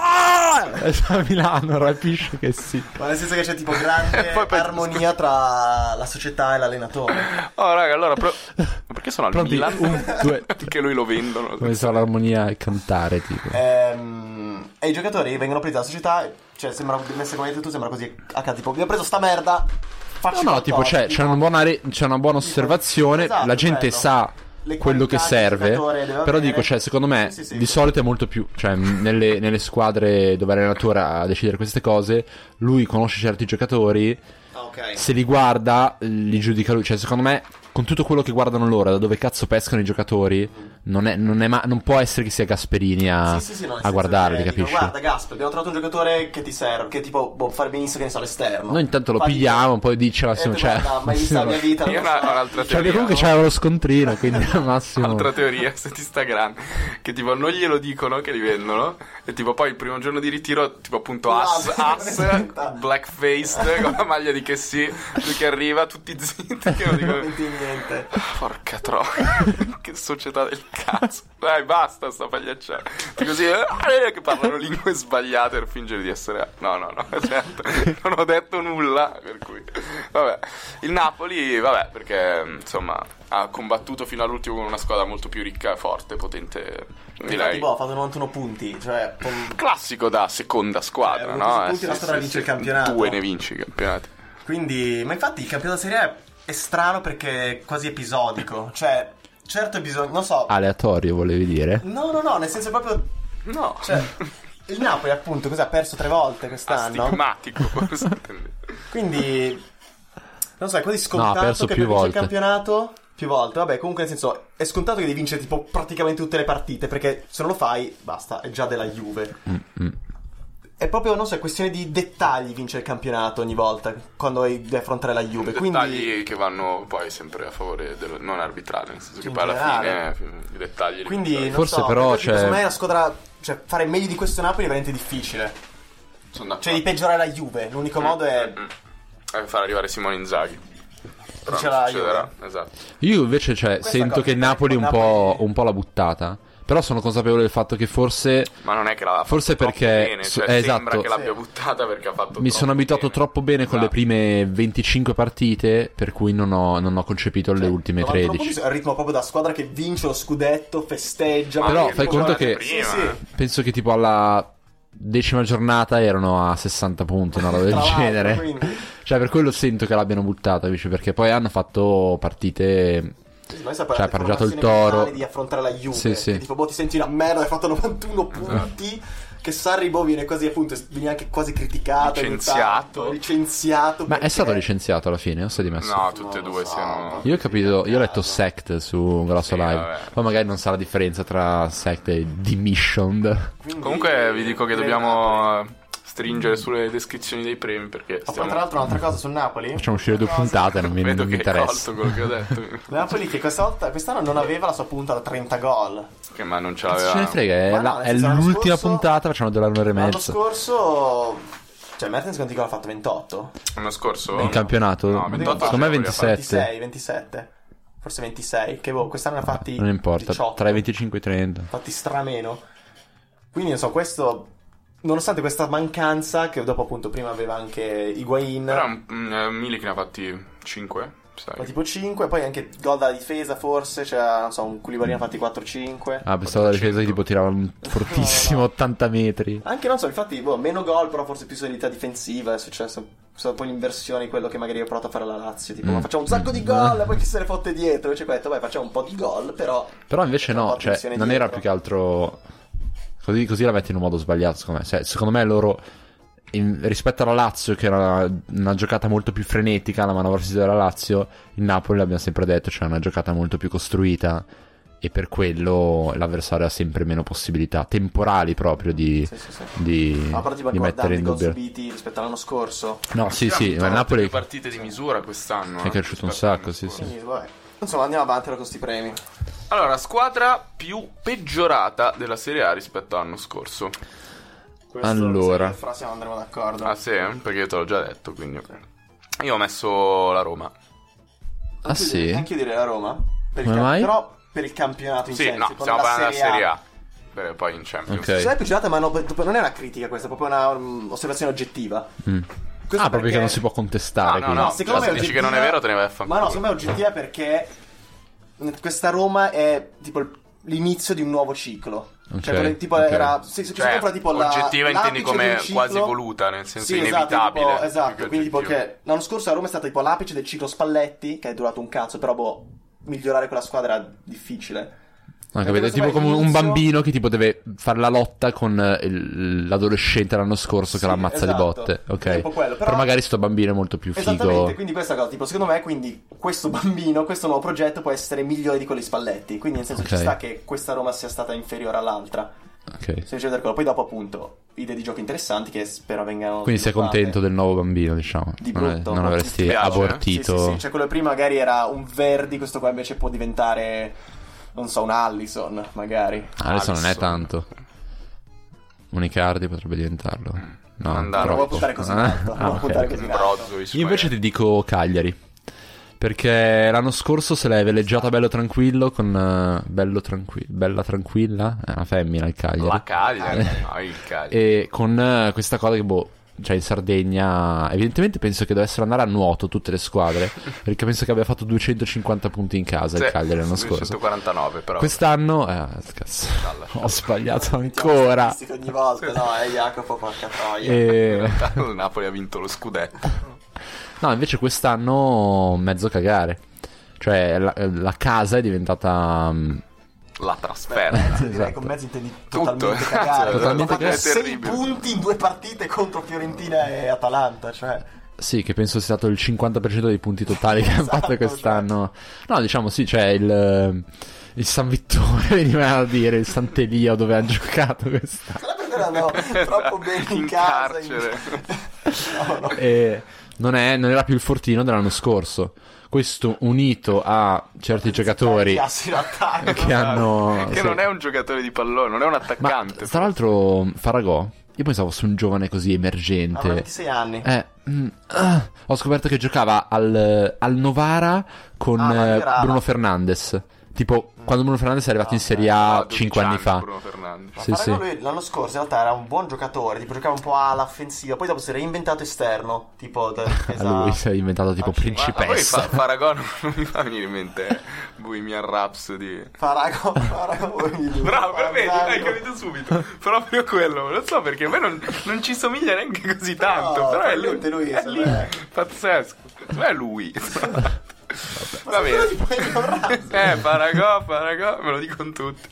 S1: Ah! Sta a Milano, rapisce che sì.
S2: Ma nel senso che c'è tipo
S3: E
S2: grande
S3: poi penso-
S2: armonia tra la società e l'allenatore.
S3: Oh raga, allora pro- Ma perché sono al
S1: Pronti?
S3: Milan?
S1: Un, due.
S3: che lui lo vendono.
S1: Come so l'armonia e cantare, tipo.
S2: Ehm, e i giocatori vengono presi dalla società, cioè sembra, messa come hai detto tu, sembra così a caso, tipo, abbiamo preso sta merda, faccio
S1: No, no, tipo cioè, c'è, c'è una buona, re- c'è una buona osservazione,
S2: Esatto,
S1: la gente
S2: bello.
S1: sa
S2: Le
S1: quello che
S2: qualità che il
S1: serve,
S2: giocatore deve
S1: però
S2: avere.
S1: dico, cioè, secondo me
S2: Sì, sì, sì.
S1: di solito è molto più, cioè mh, nelle, nelle squadre dove l'allenatore ha a decidere queste cose, lui conosce certi giocatori,
S2: Ah, Ok.
S1: se li guarda li giudica lui, cioè secondo me con tutto quello che guardano loro, da dove cazzo pescano i giocatori, non, è- non è ma- non può essere che sia Gasperini a,
S2: Sì, sì, sì, no, nel
S1: a
S2: senso
S1: guardarli,
S2: che eh, dico,
S1: capisci?
S2: Guarda, Gasp, abbiamo trovato un giocatore che ti serve, che tipo boh, fare benissimo che ne so all'esterno.
S1: Noi intanto lo
S2: Fa di-
S1: pigliamo, poi dice
S2: Eh,
S1: Massimo,
S2: tu
S1: cioè...
S2: guarda, mai visto la mia vita.
S3: Io ho
S2: non lo
S3: una-
S2: so.
S3: ho un'altra
S1: Cioè,
S3: teoria.
S1: comunque c'era lo scontrino, quindi al massimo...
S3: Altra teoria su Instagram che tipo non glielo dicono che li vendono e tipo poi il primo giorno di ritiro tipo appunto
S2: No,
S3: ass
S2: non è
S3: ass
S2: vero.
S3: blackface con la maglia di che sì lui che arriva tutti zitti che non dicono
S2: Non dico niente.
S3: Porca troia, che società del cazzo. Dai, basta sta pagliaccia. Così eh, che parlano lingue sbagliate per fingere di essere. No, no, no, certo. non ho detto nulla. Per cui, vabbè. Il Napoli, vabbè, perché insomma ha combattuto fino all'ultimo con una squadra molto più ricca, forte, potente di lei.
S2: Tipo, ha fatto 91 boh, punti. Cioè, pom-
S3: Classico da seconda squadra,
S2: Eh,
S3: no?
S2: molti punti, la squadra vince il campionato.
S3: Due ne vinci i campionati.
S2: quindi, ma infatti il campionato Serie A è strano perché è quasi episodico. Cioè, certo bisogna. Non so.
S1: Ah. Aleatorio, volevi dire?
S2: No, no, no, nel senso proprio.
S3: No,
S2: Cioè, il Napoli, appunto, cos'ha? Ha perso tre volte quest'anno.
S3: astigmatico. cosa intendete?
S2: Quindi, non so, è quasi
S1: No, ha
S2: scontato
S1: perso
S2: che
S1: più
S2: per vincere
S1: volte.
S2: il campionato più volte. Vabbè, comunque, nel senso, è scontato che devi vincere tipo praticamente tutte le partite. Perché se non lo fai, basta, è già della Juve.
S1: Mm,
S2: È proprio, non so, è questione di dettagli vincere il campionato ogni volta quando hai di affrontare la Juve. Quindi,
S3: dettagli che vanno poi sempre a favore del non arbitrale, nel senso che
S2: In
S3: poi alla fine
S2: generale.
S3: eh, i dettagli li
S2: quindi non
S1: Forse
S2: so,
S1: però,
S2: perché,
S1: cioè-
S2: secondo me la squadra, cioè, fare meglio di questo Napoli è veramente difficile.
S3: sono d'accordo.
S2: Cioè, di peggiorare la Juve. L'unico modo è
S3: Mm, eh, far arrivare Simone Inzaghi. Però
S2: Dice
S3: non
S2: la
S3: succederà, esatto.
S1: Io invece, cioè,
S2: Questa
S1: sento
S2: cosa-
S1: che Napoli un po',
S2: Napoli-
S1: un po' l'ha buttata. Però sono consapevole del fatto che forse
S3: Ma non è che l'ha fatto
S1: Forse
S3: troppo
S1: perché-
S3: bene,
S1: so-
S3: cioè,
S1: eh,
S3: sembra
S1: esatto.
S3: che l'abbia
S2: Sì.
S3: buttata perché ha fatto
S1: mi sono abituato troppo bene con le
S3: Esatto.
S1: prime 25 partite, per cui non ho, non ho concepito le ultime
S2: 91
S1: 13.
S2: punti, È il ritmo Cioè, proprio da squadra che vince lo scudetto, festeggia.
S3: Ma
S1: Però
S2: perché
S1: fai
S2: tipo-
S1: conto che-
S2: Sì, sì.
S1: Penso che tipo alla decima giornata erano a 60 punti, una roba del
S2: Tra l'altro,
S1: genere.
S2: quindi.
S1: Cioè, per quello sento che l'abbiano buttata, invece, perché poi hanno fatto partite.
S2: Sì, ma
S1: Cioè, ha pareggiato il Toro.
S2: di affrontare la Juve.
S1: Sì, sì. Eh.
S2: Che Tipo, boh, ti senti una merda, hai fatto 91 punti. Che Sarri, boh, viene quasi, appunto, viene anche quasi criticato.
S3: Licenziato.
S2: aiutato, Licenziato.
S1: Ma è
S2: perché-
S1: stato licenziato alla fine? O si è dimesso?
S3: Eh. No, tutte e
S2: Non lo
S3: due
S2: so.
S3: siano
S1: Io ho capito, io ho letto Sect su Grosso
S3: Sì,
S1: Live.
S3: vabbè.
S1: Poi magari non sa la differenza tra Sect e Demissioned.
S2: Quindi-
S3: Comunque vi dico che
S2: direi Napoli.
S3: dobbiamo eh, stringere sulle descrizioni dei premi perché
S2: Ah, poi,
S3: stiamo
S2: tra l'altro, un'altra cosa sul Napoli.
S1: Facciamo uscire due
S2: Una cosa-
S1: puntate, non mi, non
S3: vedo
S1: mi
S3: che hai
S1: interessa.
S3: colto quello che ho detto.
S2: Napoli che questa volta- quest'anno non aveva la sua punta da 30 gol.
S3: Che ma non ce
S1: Cazzo
S3: l'aveva.
S1: ce ne frega, è,
S2: Ma no,
S1: la-
S2: nel
S1: è
S2: senso, l'anno
S1: l'ultima
S2: scorso-
S1: puntata, facciamo durare un'ora e
S2: L'anno
S1: mezza.
S2: scorso, cioè, Mertens quanti gol ha fatto? 28?
S3: L'anno scorso?
S1: In campionato?
S3: No,
S1: Secondo
S3: 28
S1: me
S3: ce l'aveva fatta.
S1: 27.
S2: 26, 27. Forse 26. Che boh, quest'anno ne ha fatti.
S1: Non importa,
S2: 18.
S1: tra i 25 e i 30.
S2: fatti strameno. Quindi, non so, questo. Nonostante questa mancanza, che dopo appunto prima aveva anche Higuain,
S3: Però mm, eh, Milik ne ha fatti 5, sai.
S2: ma tipo 5, poi anche gol dalla difesa forse, cioè non so, un Culibarino ha fatti 4-5.
S1: Ah, pensavo la difesa che tipo tirava un fortissimo 80 metri.
S2: Anche non so, infatti, boh, meno gol, però forse più solidità difensiva. È successo sono poi l'inversione di quello che magari ho provato a fare alla Lazio. Tipo,
S1: Mm.
S2: ma facciamo un sacco di gol, e poi chi se ne fotte dietro. Invece, qua ho detto, vai, facciamo un po' di gol, però.
S1: Però invece
S2: Facciamo
S1: no,
S2: un po'
S1: cioè,
S2: attenzione
S1: non era
S2: dietro.
S1: più che altro... Così, così la metti in un modo sbagliato, secondo me. Cioè, secondo me loro, in- rispetto alla Lazio, che era una giocata molto più frenetica, la manovra si della Lazio, il Napoli, l'abbiamo sempre detto, cioè una giocata molto più costruita e per quello l'avversario ha sempre meno possibilità, temporali proprio, di,
S2: Sì, sì, sì.
S1: di,
S2: Ma Ah, però tipo
S1: di mettere
S2: guardate i
S1: in
S2: gol
S1: dubbio.
S2: subiti rispetto all'anno scorso.
S1: No, sì,
S3: Ha
S1: sì,
S3: vinto
S1: ma il
S3: molte
S1: Napoli...
S3: più partite di misura quest'anno.
S1: È
S3: eh,
S1: cresciuto un
S3: rispetto all'anno
S1: sacco, sì,
S3: scorso.
S2: Quindi, vabbè. Insomma, andiamo avanti con questi premi.
S3: Allora, squadra più peggiorata della Serie A rispetto all'anno scorso.
S2: Questo
S1: Allora.
S2: mi sa che Fra siamo andremo d'accordo.
S3: Ah sì? Perché io te l'ho già detto, quindi... Io ho messo la Roma.
S1: Ah, sì?
S2: Anche io direi la Roma. Per il
S1: Come mai?
S2: Però per il campionato in
S3: Sì,
S2: senso,
S3: no,
S2: tipo
S3: stiamo
S2: nella
S3: parlando della Serie
S2: Serie
S3: A. Per- Poi in Champions.
S1: Ok.
S2: Se l'hai picciata, ma no, dopo- non è una critica questa, è proprio una um, osservazione oggettiva.
S1: Mm.
S2: Questo
S1: ah, proprio
S2: perché-
S1: che non si può contestare.
S3: No, no,
S1: quindi.
S3: no.
S2: Secondo
S3: Cioè,
S2: me
S3: se dici che non è
S2: oggettiva-
S3: vero, te ne vai a fanculo.
S2: Ma no, secondo me è oggettiva perché questa Roma è tipo il- l'inizio di un nuovo ciclo.
S1: Ok,
S2: cioè, quelle- tipo
S1: ok.
S2: era. Se, se ci si
S3: Cioè,
S2: compra tipo la.
S3: oggettiva intendi
S2: l'apice
S3: come
S2: di un ciclo-
S3: quasi voluta, nel senso
S2: sì,
S3: inevitabile, più
S2: Esatto, tipo, esatto.
S3: che
S2: quindi tipo
S3: oggettivo.
S2: che l'anno scorso la Roma è stata tipo l'apice del ciclo Spalletti, che è durato un cazzo, però boh, migliorare quella squadra era difficile.
S1: Ah,
S2: Perché
S1: capito? È
S2: questo
S1: tipo
S2: poi
S1: come un
S2: all'inizio-
S1: bambino che tipo deve fare la lotta con eh, il- l'adolescente l'anno scorso che
S2: Sì,
S1: lo ammazza
S2: esatto.
S1: di botte. Ok.
S2: È un po' quello, però-
S1: magari sto bambino è molto più
S2: Esattamente,
S1: figo.
S2: quindi questa cosa, tipo, secondo me, quindi questo bambino, questo nuovo progetto può essere migliore di quelli Spalletti. Quindi, nel senso,
S1: Ok.
S2: ci sta che questa Roma sia stata inferiore all'altra.
S1: Ok.
S2: Se quello. Poi, dopo, appunto, idee di gioco interessanti che spero vengano.
S1: Quindi sei
S2: sviluppate.
S1: contento del nuovo bambino, diciamo.
S2: Di
S1: non, è-
S2: brutto.
S1: non avresti
S3: Ti piace, eh?
S2: Sì,
S1: abortito.
S2: sì, sì. Cioè, quello prima magari era un Verdi, questo qua invece può diventare, non so, un Allison, magari.
S1: Adesso non è
S3: Alisson.
S1: tanto. Unicardi potrebbe diventarlo. No,
S3: Andare.
S1: troppo.
S3: Non
S2: può puntare così in
S1: Ah,
S2: alto, non può
S1: ok.
S2: puntare così in alto.
S3: Brozovic.
S1: Io invece ti dico Cagliari. Perché l'anno scorso se l'è veleggiata bello tranquillo con... eh, bello tranquillo... Bella tranquilla? È una femmina il Cagliari.
S3: La Cagliari, no, il Cagliari.
S1: Ah, eh. E con eh, questa cosa che, boh, cioè in Sardegna, evidentemente penso che dovessero andare a nuoto tutte le squadre, perché penso che abbia fatto 250 punti in casa il
S3: Sì,
S1: Cagliari l'anno scorso.
S3: 149 però.
S1: Quest'anno, eh, cazzo,
S3: Dalla-
S1: ho sbagliato
S2: Ancora.
S1: ancora.
S2: ogni volta, no, eh, Jacopo, porca troia.
S1: E...
S3: Il Napoli ha vinto lo scudetto.
S1: No, invece quest'anno mezzo cagare. Cioè, la, la casa è diventata... mm,
S3: La
S2: Beh,
S3: trasferta.
S2: mezzo, direi,
S1: esatto.
S2: con mezzo intendi
S3: Tutto,
S2: totalmente
S3: cazzo,
S2: cagare.
S1: totalmente
S2: Ho fatto
S3: cagare.
S2: sei
S3: Terribile.
S2: punti in due partite contro Fiorentina e Atalanta, cioè...
S1: Sì, che penso sia stato il 50% dei punti totali che hanno
S2: Esatto,
S1: fatto quest'anno.
S3: esatto.
S1: No, diciamo sì, c'è il, eh, il San Vittore, veniva a dire, il Sant'Elia dove ha giocato quest'anno.
S2: Però perché erano troppo bene
S3: Esatto.
S2: in,
S3: In
S2: casa. in-
S3: carcere.
S2: No, no.
S1: E non, è- non era più il fortino dell'anno scorso. Questo unito a certi giocatori
S2: Cazzo, in attacco.
S1: che hanno...
S3: che
S1: Ah, sì.
S3: non è un giocatore di pallone, non è un
S1: Ma
S3: attaccante.
S1: tra l'altro Faragò, io pensavo su un giovane così
S2: Ha
S1: emergente.
S2: 26 anni.
S1: Eh, mm, ah, ho scoperto che giocava al, al Novara con
S2: Ah, ma
S1: eh,
S2: era-
S1: Bruno Fernandes. Tipo, quando Bruno Fernandes è arrivato in
S2: Ah,
S1: Serie
S3: Ah,
S1: A
S3: 12
S1: 5 anni fa.
S3: Bruno Fernandes.
S2: Ma
S1: Sì,
S2: Faragò
S1: sì.
S2: lui l'anno scorso in realtà era un buon giocatore, tipo giocava un po' all'offensiva, poi dopo si era inventato esterno, tipo da
S1: A
S2: difesa-
S1: lui si è diventato tipo
S2: Ah, sì.
S3: Ma- ma poi
S1: principessa.
S3: fa- Paragon non mi fa venire in mente Bohemian Rhapsody.
S2: Faragò, Faragò.
S3: Bravo,
S2: Faragò.
S3: vedi, hai capito subito. Proprio quello, non so perché a me non, non ci somiglia neanche così tanto.
S2: No,
S3: però è lui.
S2: veramente lui,
S3: è
S2: se
S3: lì.
S2: me-
S3: Pazzesco. Ma è lui. Va
S2: Quello di
S3: bene.
S2: Bohemian Rhapsody.
S3: Eh, Faragò, Faragò, me lo dicono tutti.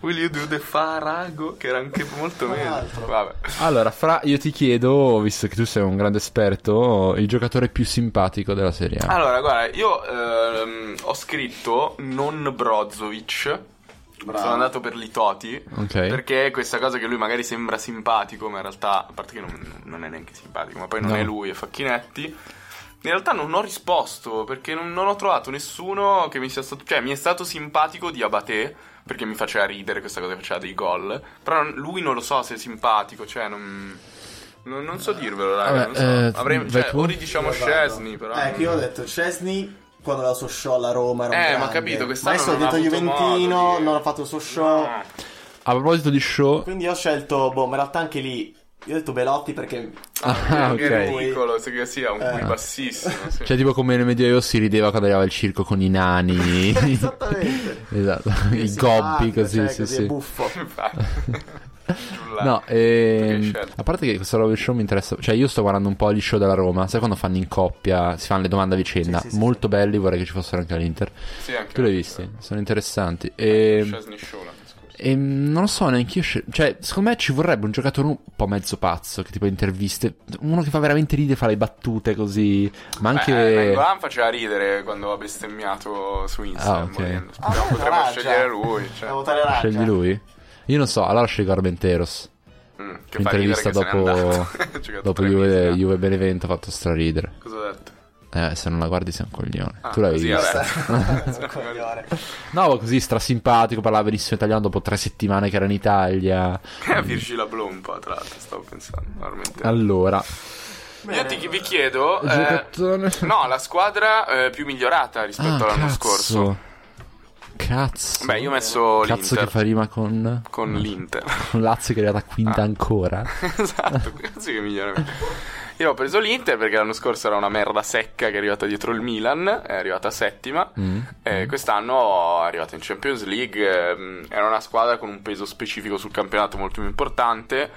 S3: Will you do the Farago? Che era anche molto
S2: Tra
S3: meno.
S2: l'altro.
S3: Vabbè.
S1: Allora, Fra, io ti chiedo, visto che tu sei un grande esperto, il giocatore più simpatico della Serie
S2: Ah.
S1: A.
S3: Allora, guarda, io ehm, ho scritto non Brozovic. Sono andato per Litoti.
S1: Ok.
S3: Perché questa cosa che lui magari sembra simpatico, ma in realtà, a parte che non, non è neanche simpatico, ma poi non
S1: No.
S3: è lui, è Facchinetti. In realtà non ho risposto perché non, non ho trovato nessuno che mi sia stato. Cioè, mi è stato simpatico di Abate perché mi faceva ridere questa cosa che faceva dei gol. Però non- lui non lo so se è simpatico, cioè, non. Non, non so dirvelo, raga.
S1: Vabbè,
S3: non so.
S1: eh,
S3: Avrei-
S1: vai
S3: cioè,
S1: tu.
S3: o ridiciamo
S2: Io
S3: Scesni,
S2: vado.
S3: però.
S2: Ecco, io ho detto Cesny quando aveva il suo show alla Roma. Era
S3: Eh,
S2: un
S3: ma
S2: grande.
S3: ho capito, quest'anno
S2: Ma Adesso ho
S3: non ha
S2: detto
S3: avuto
S2: Juventino,
S3: modo di-
S2: non ha fatto il suo show.
S3: No.
S1: A proposito di show...
S2: Quindi ho scelto, boh, ma in realtà anche lì. Io ho detto Belotti perché.
S1: Ah,
S3: È
S1: ok.
S3: ridicolo, se che sia un
S2: Eh.
S3: qui bassissimo. sì.
S1: Cioè, tipo come nel Medioevo si rideva quando arrivava il circo con i nani.
S2: Esattamente.
S1: Esatto, i
S2: Si
S1: gobbi,
S2: parla,
S1: così,
S2: cioè,
S1: sì,
S2: così
S1: sì.
S2: È buffo.
S3: Infatti. Giullare.
S1: No,
S3: Tu che hai
S1: ehm,
S3: scelto?
S1: a parte che questo Rover Show mi interessa, cioè io sto guardando un po' gli show della Roma, sai quando fanno in coppia, si fanno le domande a vicenda,
S2: Sì, sì, sì,
S1: molto belli, vorrei che ci fossero anche all'Inter.
S3: Sì, anche
S1: Tu li hai
S3: io. Eh,
S1: visti? Sono interessanti. E,
S3: Chesney Show l'anno scorso.
S1: e non lo so neanche io, scel- cioè secondo me ci vorrebbe un giocatore un po' mezzo pazzo, che tipo interviste, uno che fa veramente ridere, fa le battute così, ma anche...
S3: Beh, eh, Nangolan faceva ridere quando ha bestemmiato su Instagram.
S1: Ah, ok.
S3: morendo.
S2: Ah,
S3: Speriamo potremmo
S2: Raggia.
S3: scegliere lui.
S2: Devo
S3: Cioè,
S2: votare Raggia.
S1: Scegli lui? Io non so, allora scelgo Armenteros.
S3: mm, che fa ridere
S1: L'intervista
S3: che se n'è
S1: dopo,
S3: andato. Ha giocato
S1: dopo
S3: tre
S1: Juve,
S3: mesi, no?
S1: Juve Benevento ha fatto straridere.
S3: Cosa ho detto?
S1: Eh, se non la guardi sei un coglione.
S3: Ah,
S1: tu l'hai
S3: così,
S1: vista?
S3: vabbè.
S2: Sono un coglione.
S1: No, ma così strasimpatico, parlava benissimo italiano dopo tre settimane che era in Italia.
S3: Eh, Virgil Blom un po', tra l'altro, stavo pensando. veramente.
S1: Allora,
S3: Eh, Io ti, vi chiedo... eh,
S1: giocatore...
S3: no, la squadra eh, più migliorata
S1: Ah,
S3: rispetto all'anno
S1: cazzo.
S3: scorso.
S1: Cazzo.
S3: Beh, io ho messo
S1: Cazzo
S3: l'Inter.
S1: che fa rima con...
S3: Con l'Inter.
S1: Con Lazio che è arrivata quinta
S3: Ah.
S1: ancora.
S3: esatto, così che miglioramento. Io ho preso l'Inter perché l'anno scorso era una merda secca che è arrivata dietro il Milan, è arrivata settima.
S1: Mm.
S3: E quest'anno è arrivata in Champions League. ehm, Era una squadra con un peso specifico sul campionato molto più importante.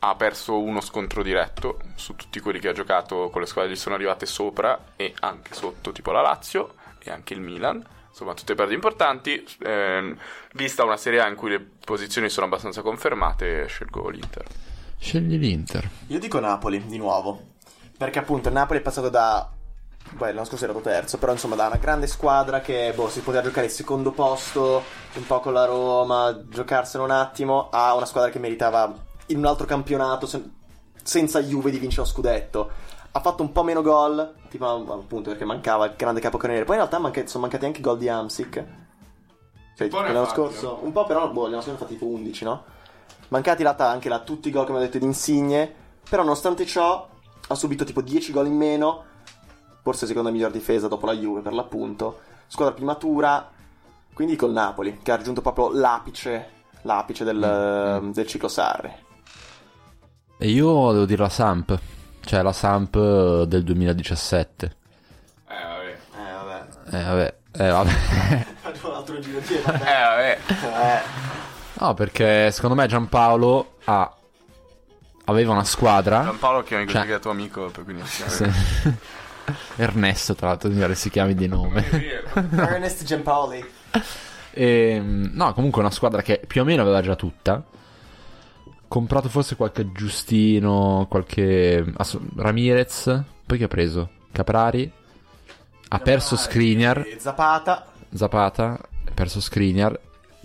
S3: Ha perso uno scontro diretto su tutti quelli che ha giocato con le squadre che gli sono arrivate sopra e anche sotto, tipo la Lazio e anche il Milan. Insomma, tutte perdite importanti. Ehm, vista una Serie A in cui le posizioni sono abbastanza confermate, scelgo l'Inter.
S1: Scegli l'Inter.
S2: Io dico Napoli di nuovo. Perché appunto il Napoli è passato da. Beh, l'anno scorso era terzo, però insomma da una grande squadra che boh, si poteva giocare il secondo posto, un po' con la Roma, giocarsene un attimo, a una squadra che meritava in un altro campionato sen- senza Juve di vincere lo scudetto. Ha fatto un po' meno gol, tipo appunto perché mancava il grande capocannoniere. Poi in realtà manca- sono mancati anche i gol di Amsic. Cioè,
S3: po' ne ha
S2: l'anno
S3: fatti,
S2: scorso, un po' però, boh, l'anno scorso ne ha fatti tipo 11, no? Mancati in realtà anche là tutti i gol, come ho detto, di Insigne. Però nonostante ciò ha subito tipo 10 gol in meno. forse seconda miglior difesa dopo la Juve per l'appunto, squadra più matura, quindi col Napoli, che ha raggiunto proprio l'apice, l'apice del, del ciclo Sarri.
S1: E io devo dire la Samp, cioè la Samp del 2017.
S3: Eh, vabbè.
S2: Eh vabbè,
S1: Eh vabbè, eh vabbè.
S2: faccio un altro giro di vabbè.
S3: Eh, vabbè.
S2: Eh,
S1: No, perché secondo me Giampaolo ha... aveva una squadra.
S3: Giampaolo che è
S1: Cioè-
S3: così tuo amico, per cui non si
S1: Sì. Ernesto, tra l'altro, mi pare si chiami di nome.
S2: Ernest Giampaoli.
S1: Ehm, no, comunque una squadra che più o meno aveva già tutta. Comprato forse qualche Giustino, qualche ass- Ramirez. Poi che ha preso? Caprari. Ha perso Skriniar,
S2: E eh, Zapata.
S1: Zapata, ha perso Skriniar.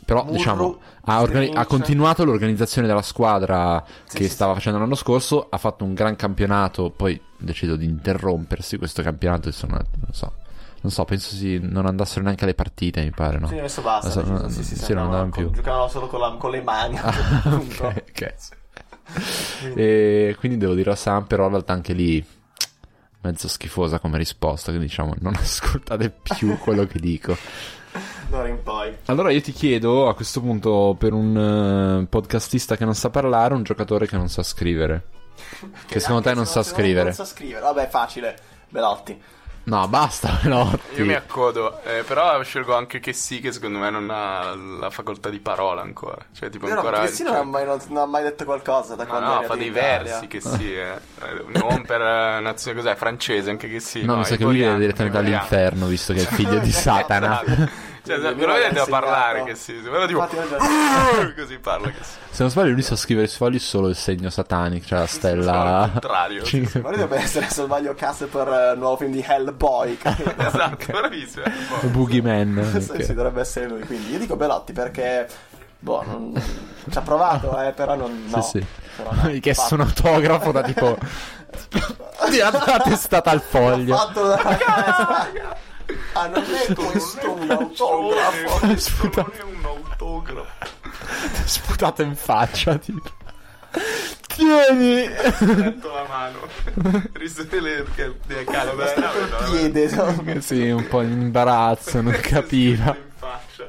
S1: Però
S2: Murru, cioè,
S1: diciamo ha, organi- ha
S2: Skriniar.
S1: continuato l'organizzazione della squadra
S2: Sì,
S1: che
S2: sì,
S1: stava facendo l'anno scorso. Ha fatto un gran campionato. Poi ha deciso di interrompersi questo campionato. e sono- non so. Non so, penso si non andassero neanche alle partite, mi pare, no?
S2: Sì, adesso basta.
S1: Adesso-
S2: deciso, sì, sì,
S1: sì,
S2: sì,
S1: non
S2: andavano
S1: andavano
S2: con-
S1: più.
S2: Giocavano solo con, la- con le mani. appunto.
S1: ok, ok. E quindi devo dire a Sam, però in realtà anche lì mezzo schifosa come risposta, quindi diciamo non ascoltate più quello che dico.
S2: D'ora in poi.
S1: Allora io ti chiedo a questo punto per un eh, podcastista che non sa parlare, un giocatore che non sa scrivere. Che secondo te
S2: Anche
S1: non
S2: se
S1: sa
S2: se
S1: scrivere.
S2: Non sa scrivere. Vabbè, è facile. Belotti.
S1: No, basta, Velotti.
S3: Io mi accodo, eh, però scelgo anche che sì, che secondo me non ha la facoltà di parola ancora. Cioè, tipo,
S2: Vero,
S3: ancora.
S2: perché sì, non, ha mai, non- non ha mai detto qualcosa da
S3: No,
S2: quando
S3: no,
S2: era
S3: fa
S2: in
S3: dei
S2: Italia.
S3: versi che sì, eh. Eh, non per eh, nazione cos'è, francese anche che sì.
S1: No, mi sa che lui viene
S3: italiano,
S1: direttamente
S3: italiano.
S1: dall'inferno, visto che è il figlio di Satana.
S3: Cioè, se-
S2: Lui
S3: me lo
S2: l'ha
S3: vedete a
S2: insegnato.
S3: parlare che sì, se me lo tipo
S2: Infatti, io
S3: così parla che sì.
S1: Se non sbaglio, lui sa scrivere su fogli solo il segno satanico, cioè la
S3: Sono al
S1: stella.
S3: contrario. esatto. sì.
S1: Cinque-
S2: Ma lui dovrebbe essere se non sbaglio cast per eh, il nuovo film di Hellboy. capito?
S1: Eh,
S3: Esatto, bravissimo. eh, boh.
S1: Boogeyman.
S2: Sì,
S1: ok.
S2: sì, dovrebbe essere lui. Quindi io dico Belotti perché. Boh, non- ci ha provato, eh, però non. No.
S1: Sì, sì.
S2: Però
S1: Mi
S2: no.
S1: hai chiesto un
S2: Fatto-
S1: autografo da tipo. Ti ha dato la testata al foglio.
S2: Fatto la Ah, testa. Hanno detto questo un autografo.
S3: Questo non è un autografo.
S1: Sputato in faccia. Tipo. Tieni.
S3: Metto la mano. Risole le le- le calde.
S2: Questo è
S3: no,
S2: col
S3: no,
S2: piede. no?
S1: sì, un po' in imbarazzo. Non capiva.
S3: In faccia.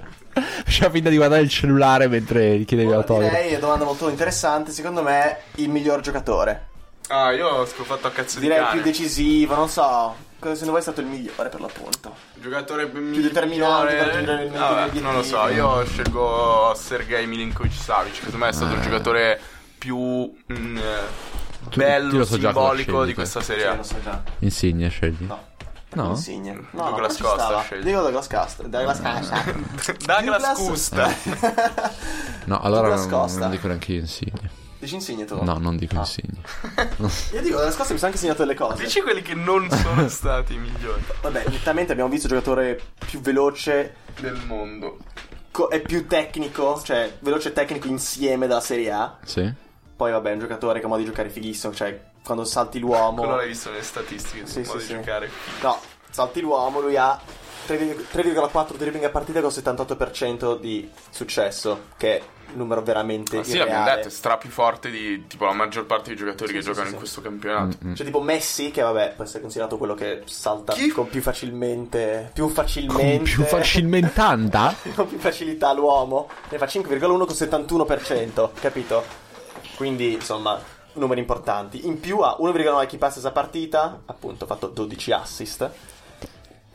S1: Faceva finta di guardare il cellulare mentre gli chiedevi l'autografo.
S2: Direi, è una domanda molto interessante. Secondo me, il miglior giocatore.
S3: Ah, io ho scopato a cazzo di
S2: Direi
S3: cane.
S2: più decisivo, non so. Cosa secondo voi è stato il migliore per l'appunto?
S3: Giocatore più
S2: determinante per raggiungere il mio obiettivo.
S3: non lo so, io scelgo Sergei Milinkovic Savic, secondo me è
S1: Eh.
S3: stato il giocatore più mm,
S1: io
S3: bello,
S1: lo so già cosa
S3: simbolico
S1: scegli,
S3: di
S1: te.
S3: questa serie.
S2: Sì,
S3: A.
S2: lo so già.
S1: Insigne, scegli.
S2: No.
S1: No?
S2: Insigne. No, no,
S3: Douglas
S2: ci
S3: Costa
S2: stava.
S3: ha scelto.
S2: Dico Douglas Costa. Douglas Costa.
S3: Douglas
S2: Douglas-
S3: Custa.
S1: Eh. No, allora
S2: Douglas
S1: non,
S2: Costa.
S1: non dico neanche io Insigne.
S2: Dici Insigne tu?
S1: No, non dico
S2: Ah.
S1: Insigne.
S2: Io dico Douglas Costa mi sono anche segnato delle cose.
S3: Dici quelli che non sono stati i migliori
S2: Vabbè, nettamente abbiamo visto il giocatore più veloce
S3: del mondo.
S2: co- e più tecnico, cioè veloce e tecnico insieme della Serie A.
S1: Sì.
S2: Poi vabbè, è un giocatore che ha modo di giocare fighissimo, cioè quando salti l'uomo...
S3: Quello l'hai visto nelle statistiche, sul
S2: Sì, sì,
S3: modo
S2: sì.
S3: di giocare.
S2: No, salti l'uomo, lui ha 3,4 3,4 dribbling a partita con 78% di successo, che è un numero veramente
S3: Ma sì, l'abbiamo
S2: irreale.
S3: detto, è stra più forte di tipo la maggior parte dei giocatori
S2: Sì,
S3: che
S2: sì,
S3: giocano
S2: sì,
S3: in questo
S2: sì.
S1: Ah. Mm,
S3: campionato.
S2: Cioè tipo Messi, che vabbè, può essere considerato quello che salta
S3: Chi?
S2: con più facilmente... Più facilmente...
S1: Con più facilmente anda.
S2: con più facilità l'uomo ne fa 5,1 con 71%, capito? Quindi, insomma, numeri importanti. In più ha 1,9 chi passa a partita, appunto, ha fatto 12 assist.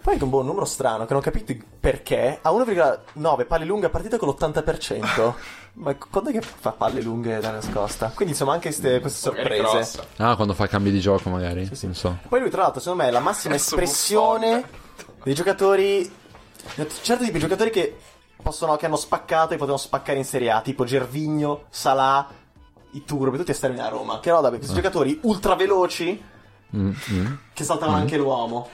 S2: Poi anche un buon numero strano, che non ho capito perché, ha 1,9 palle lunghe a partita con l'80%. Ma quando è che fa palle lunghe da nascosta? Quindi, insomma, anche ste- queste
S3: Magari
S2: sorprese.
S3: crossa.
S1: Ah, quando fa cambi di gioco, magari. Non so.
S2: Poi lui, tra l'altro, secondo me è la massima
S3: Cazzo
S2: espressione
S3: buffone.
S2: dei giocatori. Certo tipo di giocatori che possono, che hanno spaccato e potevano spaccare in Serie A, tipo Gervigno, Salà, i Turbi, tutti esterni da Roma. Che no, vabbè,
S1: Eh.
S2: questi giocatori ultra veloci
S1: Mm, mm.
S2: che saltavano anche l'uomo.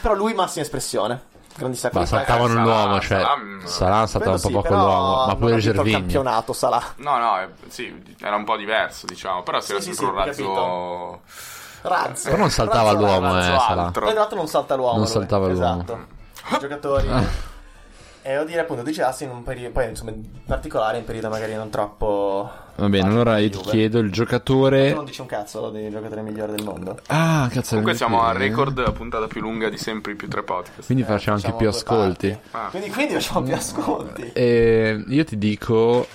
S2: Però lui massima espressione. Grandi
S1: Ma
S2: sacrifici.
S1: saltavano
S3: Sarà-
S1: l'uomo, cioè
S3: sarà-
S1: Sarà stato un po' poco l'uomo, ma pure
S2: il
S1: Gervigno.
S2: campionato Salà.
S3: No, no, eh, sì, era un po' diverso, diciamo, però si era
S2: Sì, sì,
S3: sempre un
S2: sì,
S3: razzo...
S2: Razzo.
S1: Però non saltava
S2: Razzo,
S1: l'uomo, eh,
S2: razzo
S1: Salah.
S2: alto. Poi, tra l'altro non salta l'uomo.
S1: Non
S2: lui.
S1: saltava l'uomo.
S2: Esatto. Giocatori. Esatto. E devo dire appunto, tu girassi in un periodo, poi insomma in particolare in periodo magari non troppo...
S1: Va bene, allora io ti
S2: Juve.
S1: chiedo il
S2: Tu
S1: giocatore.
S2: non dici un cazzo, lo dei giocatore migliore del mondo.
S1: Ah, cazzo.
S3: Comunque
S1: non
S3: siamo al
S1: ricordo, eh.
S3: record la puntata più lunga di sempre in più tre podcast.
S1: Quindi
S2: Eh,
S1: facciamo anche
S2: facciamo
S1: più
S2: due
S1: ascolti.
S2: parti.
S3: Ah.
S2: Quindi, quindi facciamo più ascolti.
S1: Eh, io ti dico.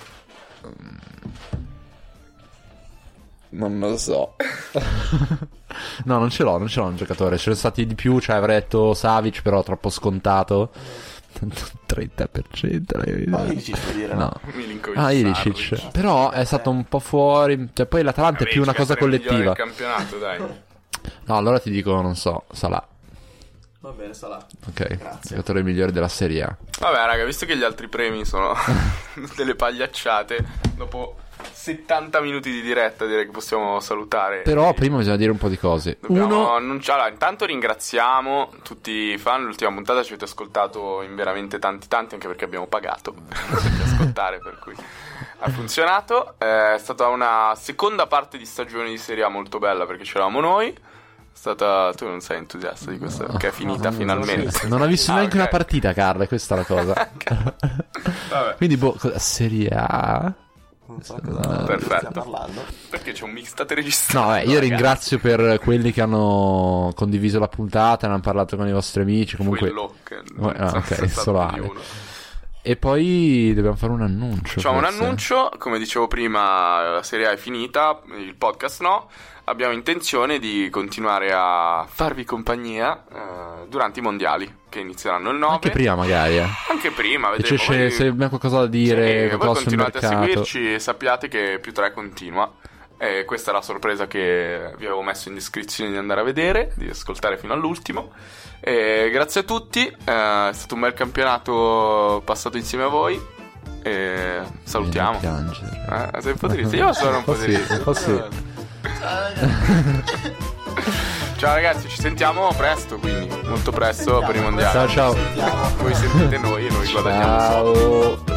S1: Non lo so. no, non ce l'ho, non ce l'ho un giocatore. Ce ne sono stati di più, cioè avrei detto Savic, però troppo scontato. 30% l'hai visto?
S2: Ma Ilicic vuol dire, no?
S1: No.
S3: Milinkovic.
S1: Ah,
S3: Savic.
S1: Ilicic. Però è stato un po' fuori. Cioè, poi l'Atalanta è
S3: cioè. Vabbè,
S1: più una
S3: ci
S1: cosa
S3: cazzo, è il migliore
S1: collettiva.
S3: del campionato, dai.
S1: No, allora ti dico, non so, Salah.
S2: Va bene, sta là.
S1: Ok,
S2: Grazie.
S1: giocatore migliore della Serie A.
S3: Vabbè, raga, visto che gli altri premi sono delle pagliacciate, dopo 70 minuti di diretta direi che possiamo salutare.
S1: Però prima bisogna dire un po' di cose.
S3: Dobbiamo
S1: Uno,
S3: annunciare. Allora, intanto ringraziamo tutti i fan. L'ultima puntata ci avete ascoltato in veramente tanti, tanti, anche perché abbiamo pagato per potervi ascoltare, per cui ha funzionato. Eh, È stata una seconda parte di stagione di Serie A molto bella perché c'eravamo noi. È stata. Tu non sei entusiasta di questa, perché è finita finalmente.
S1: non ha visto
S3: Ah,
S1: neanche
S3: ok.
S1: una partita, Carla, questa è la cosa.
S3: Vabbè.
S1: Quindi, boh, cosa- Serie A?
S2: Non
S1: Eh,
S2: so cosa
S3: Perfetto.
S2: stiamo parlando.
S3: Perché c'è un mix, state
S1: No,
S3: registrando.
S1: vabbè, io
S3: ragazzi.
S1: ringrazio per quelli che hanno condiviso la puntata, ne hanno parlato con i vostri amici, comunque.
S3: Quello che
S1: Ah,
S3: non so
S1: ok,
S3: se è stato
S1: solo
S3: più di
S1: Ale.
S3: uno.
S1: E poi dobbiamo fare un annuncio.
S3: Facciamo un
S1: forse.
S3: annuncio, come dicevo prima la serie A è finita, il podcast no, abbiamo intenzione di continuare a farvi compagnia eh, durante i mondiali che inizieranno il 9.
S1: Anche prima, magari. eh.
S3: Anche prima,
S1: E cioè,
S3: vedremo.
S1: se-
S3: Voi-
S1: se abbiamo qualcosa da dire,
S3: Sì, voi
S1: qualcosa sul
S3: continuate a
S1: mercato.
S3: seguirci e sappiate che più 3 continua. E questa è la sorpresa che vi avevo messo in descrizione di andare a vedere, di ascoltare fino all'ultimo. E grazie a tutti, eh, è stato un bel campionato passato insieme a voi. E salutiamo.
S1: Vieni a piangere.
S3: Eh, sei un po' triste, io sono un po'
S1: Un po' sì,
S3: triste.
S1: un po' sì.
S3: Ciao ragazzi, ci sentiamo presto, quindi molto presto per i mondiali.
S1: Ciao, ciao.
S2: Sentiamo.
S3: Voi sentite noi e noi guadagniamo soldi.
S1: Ciao.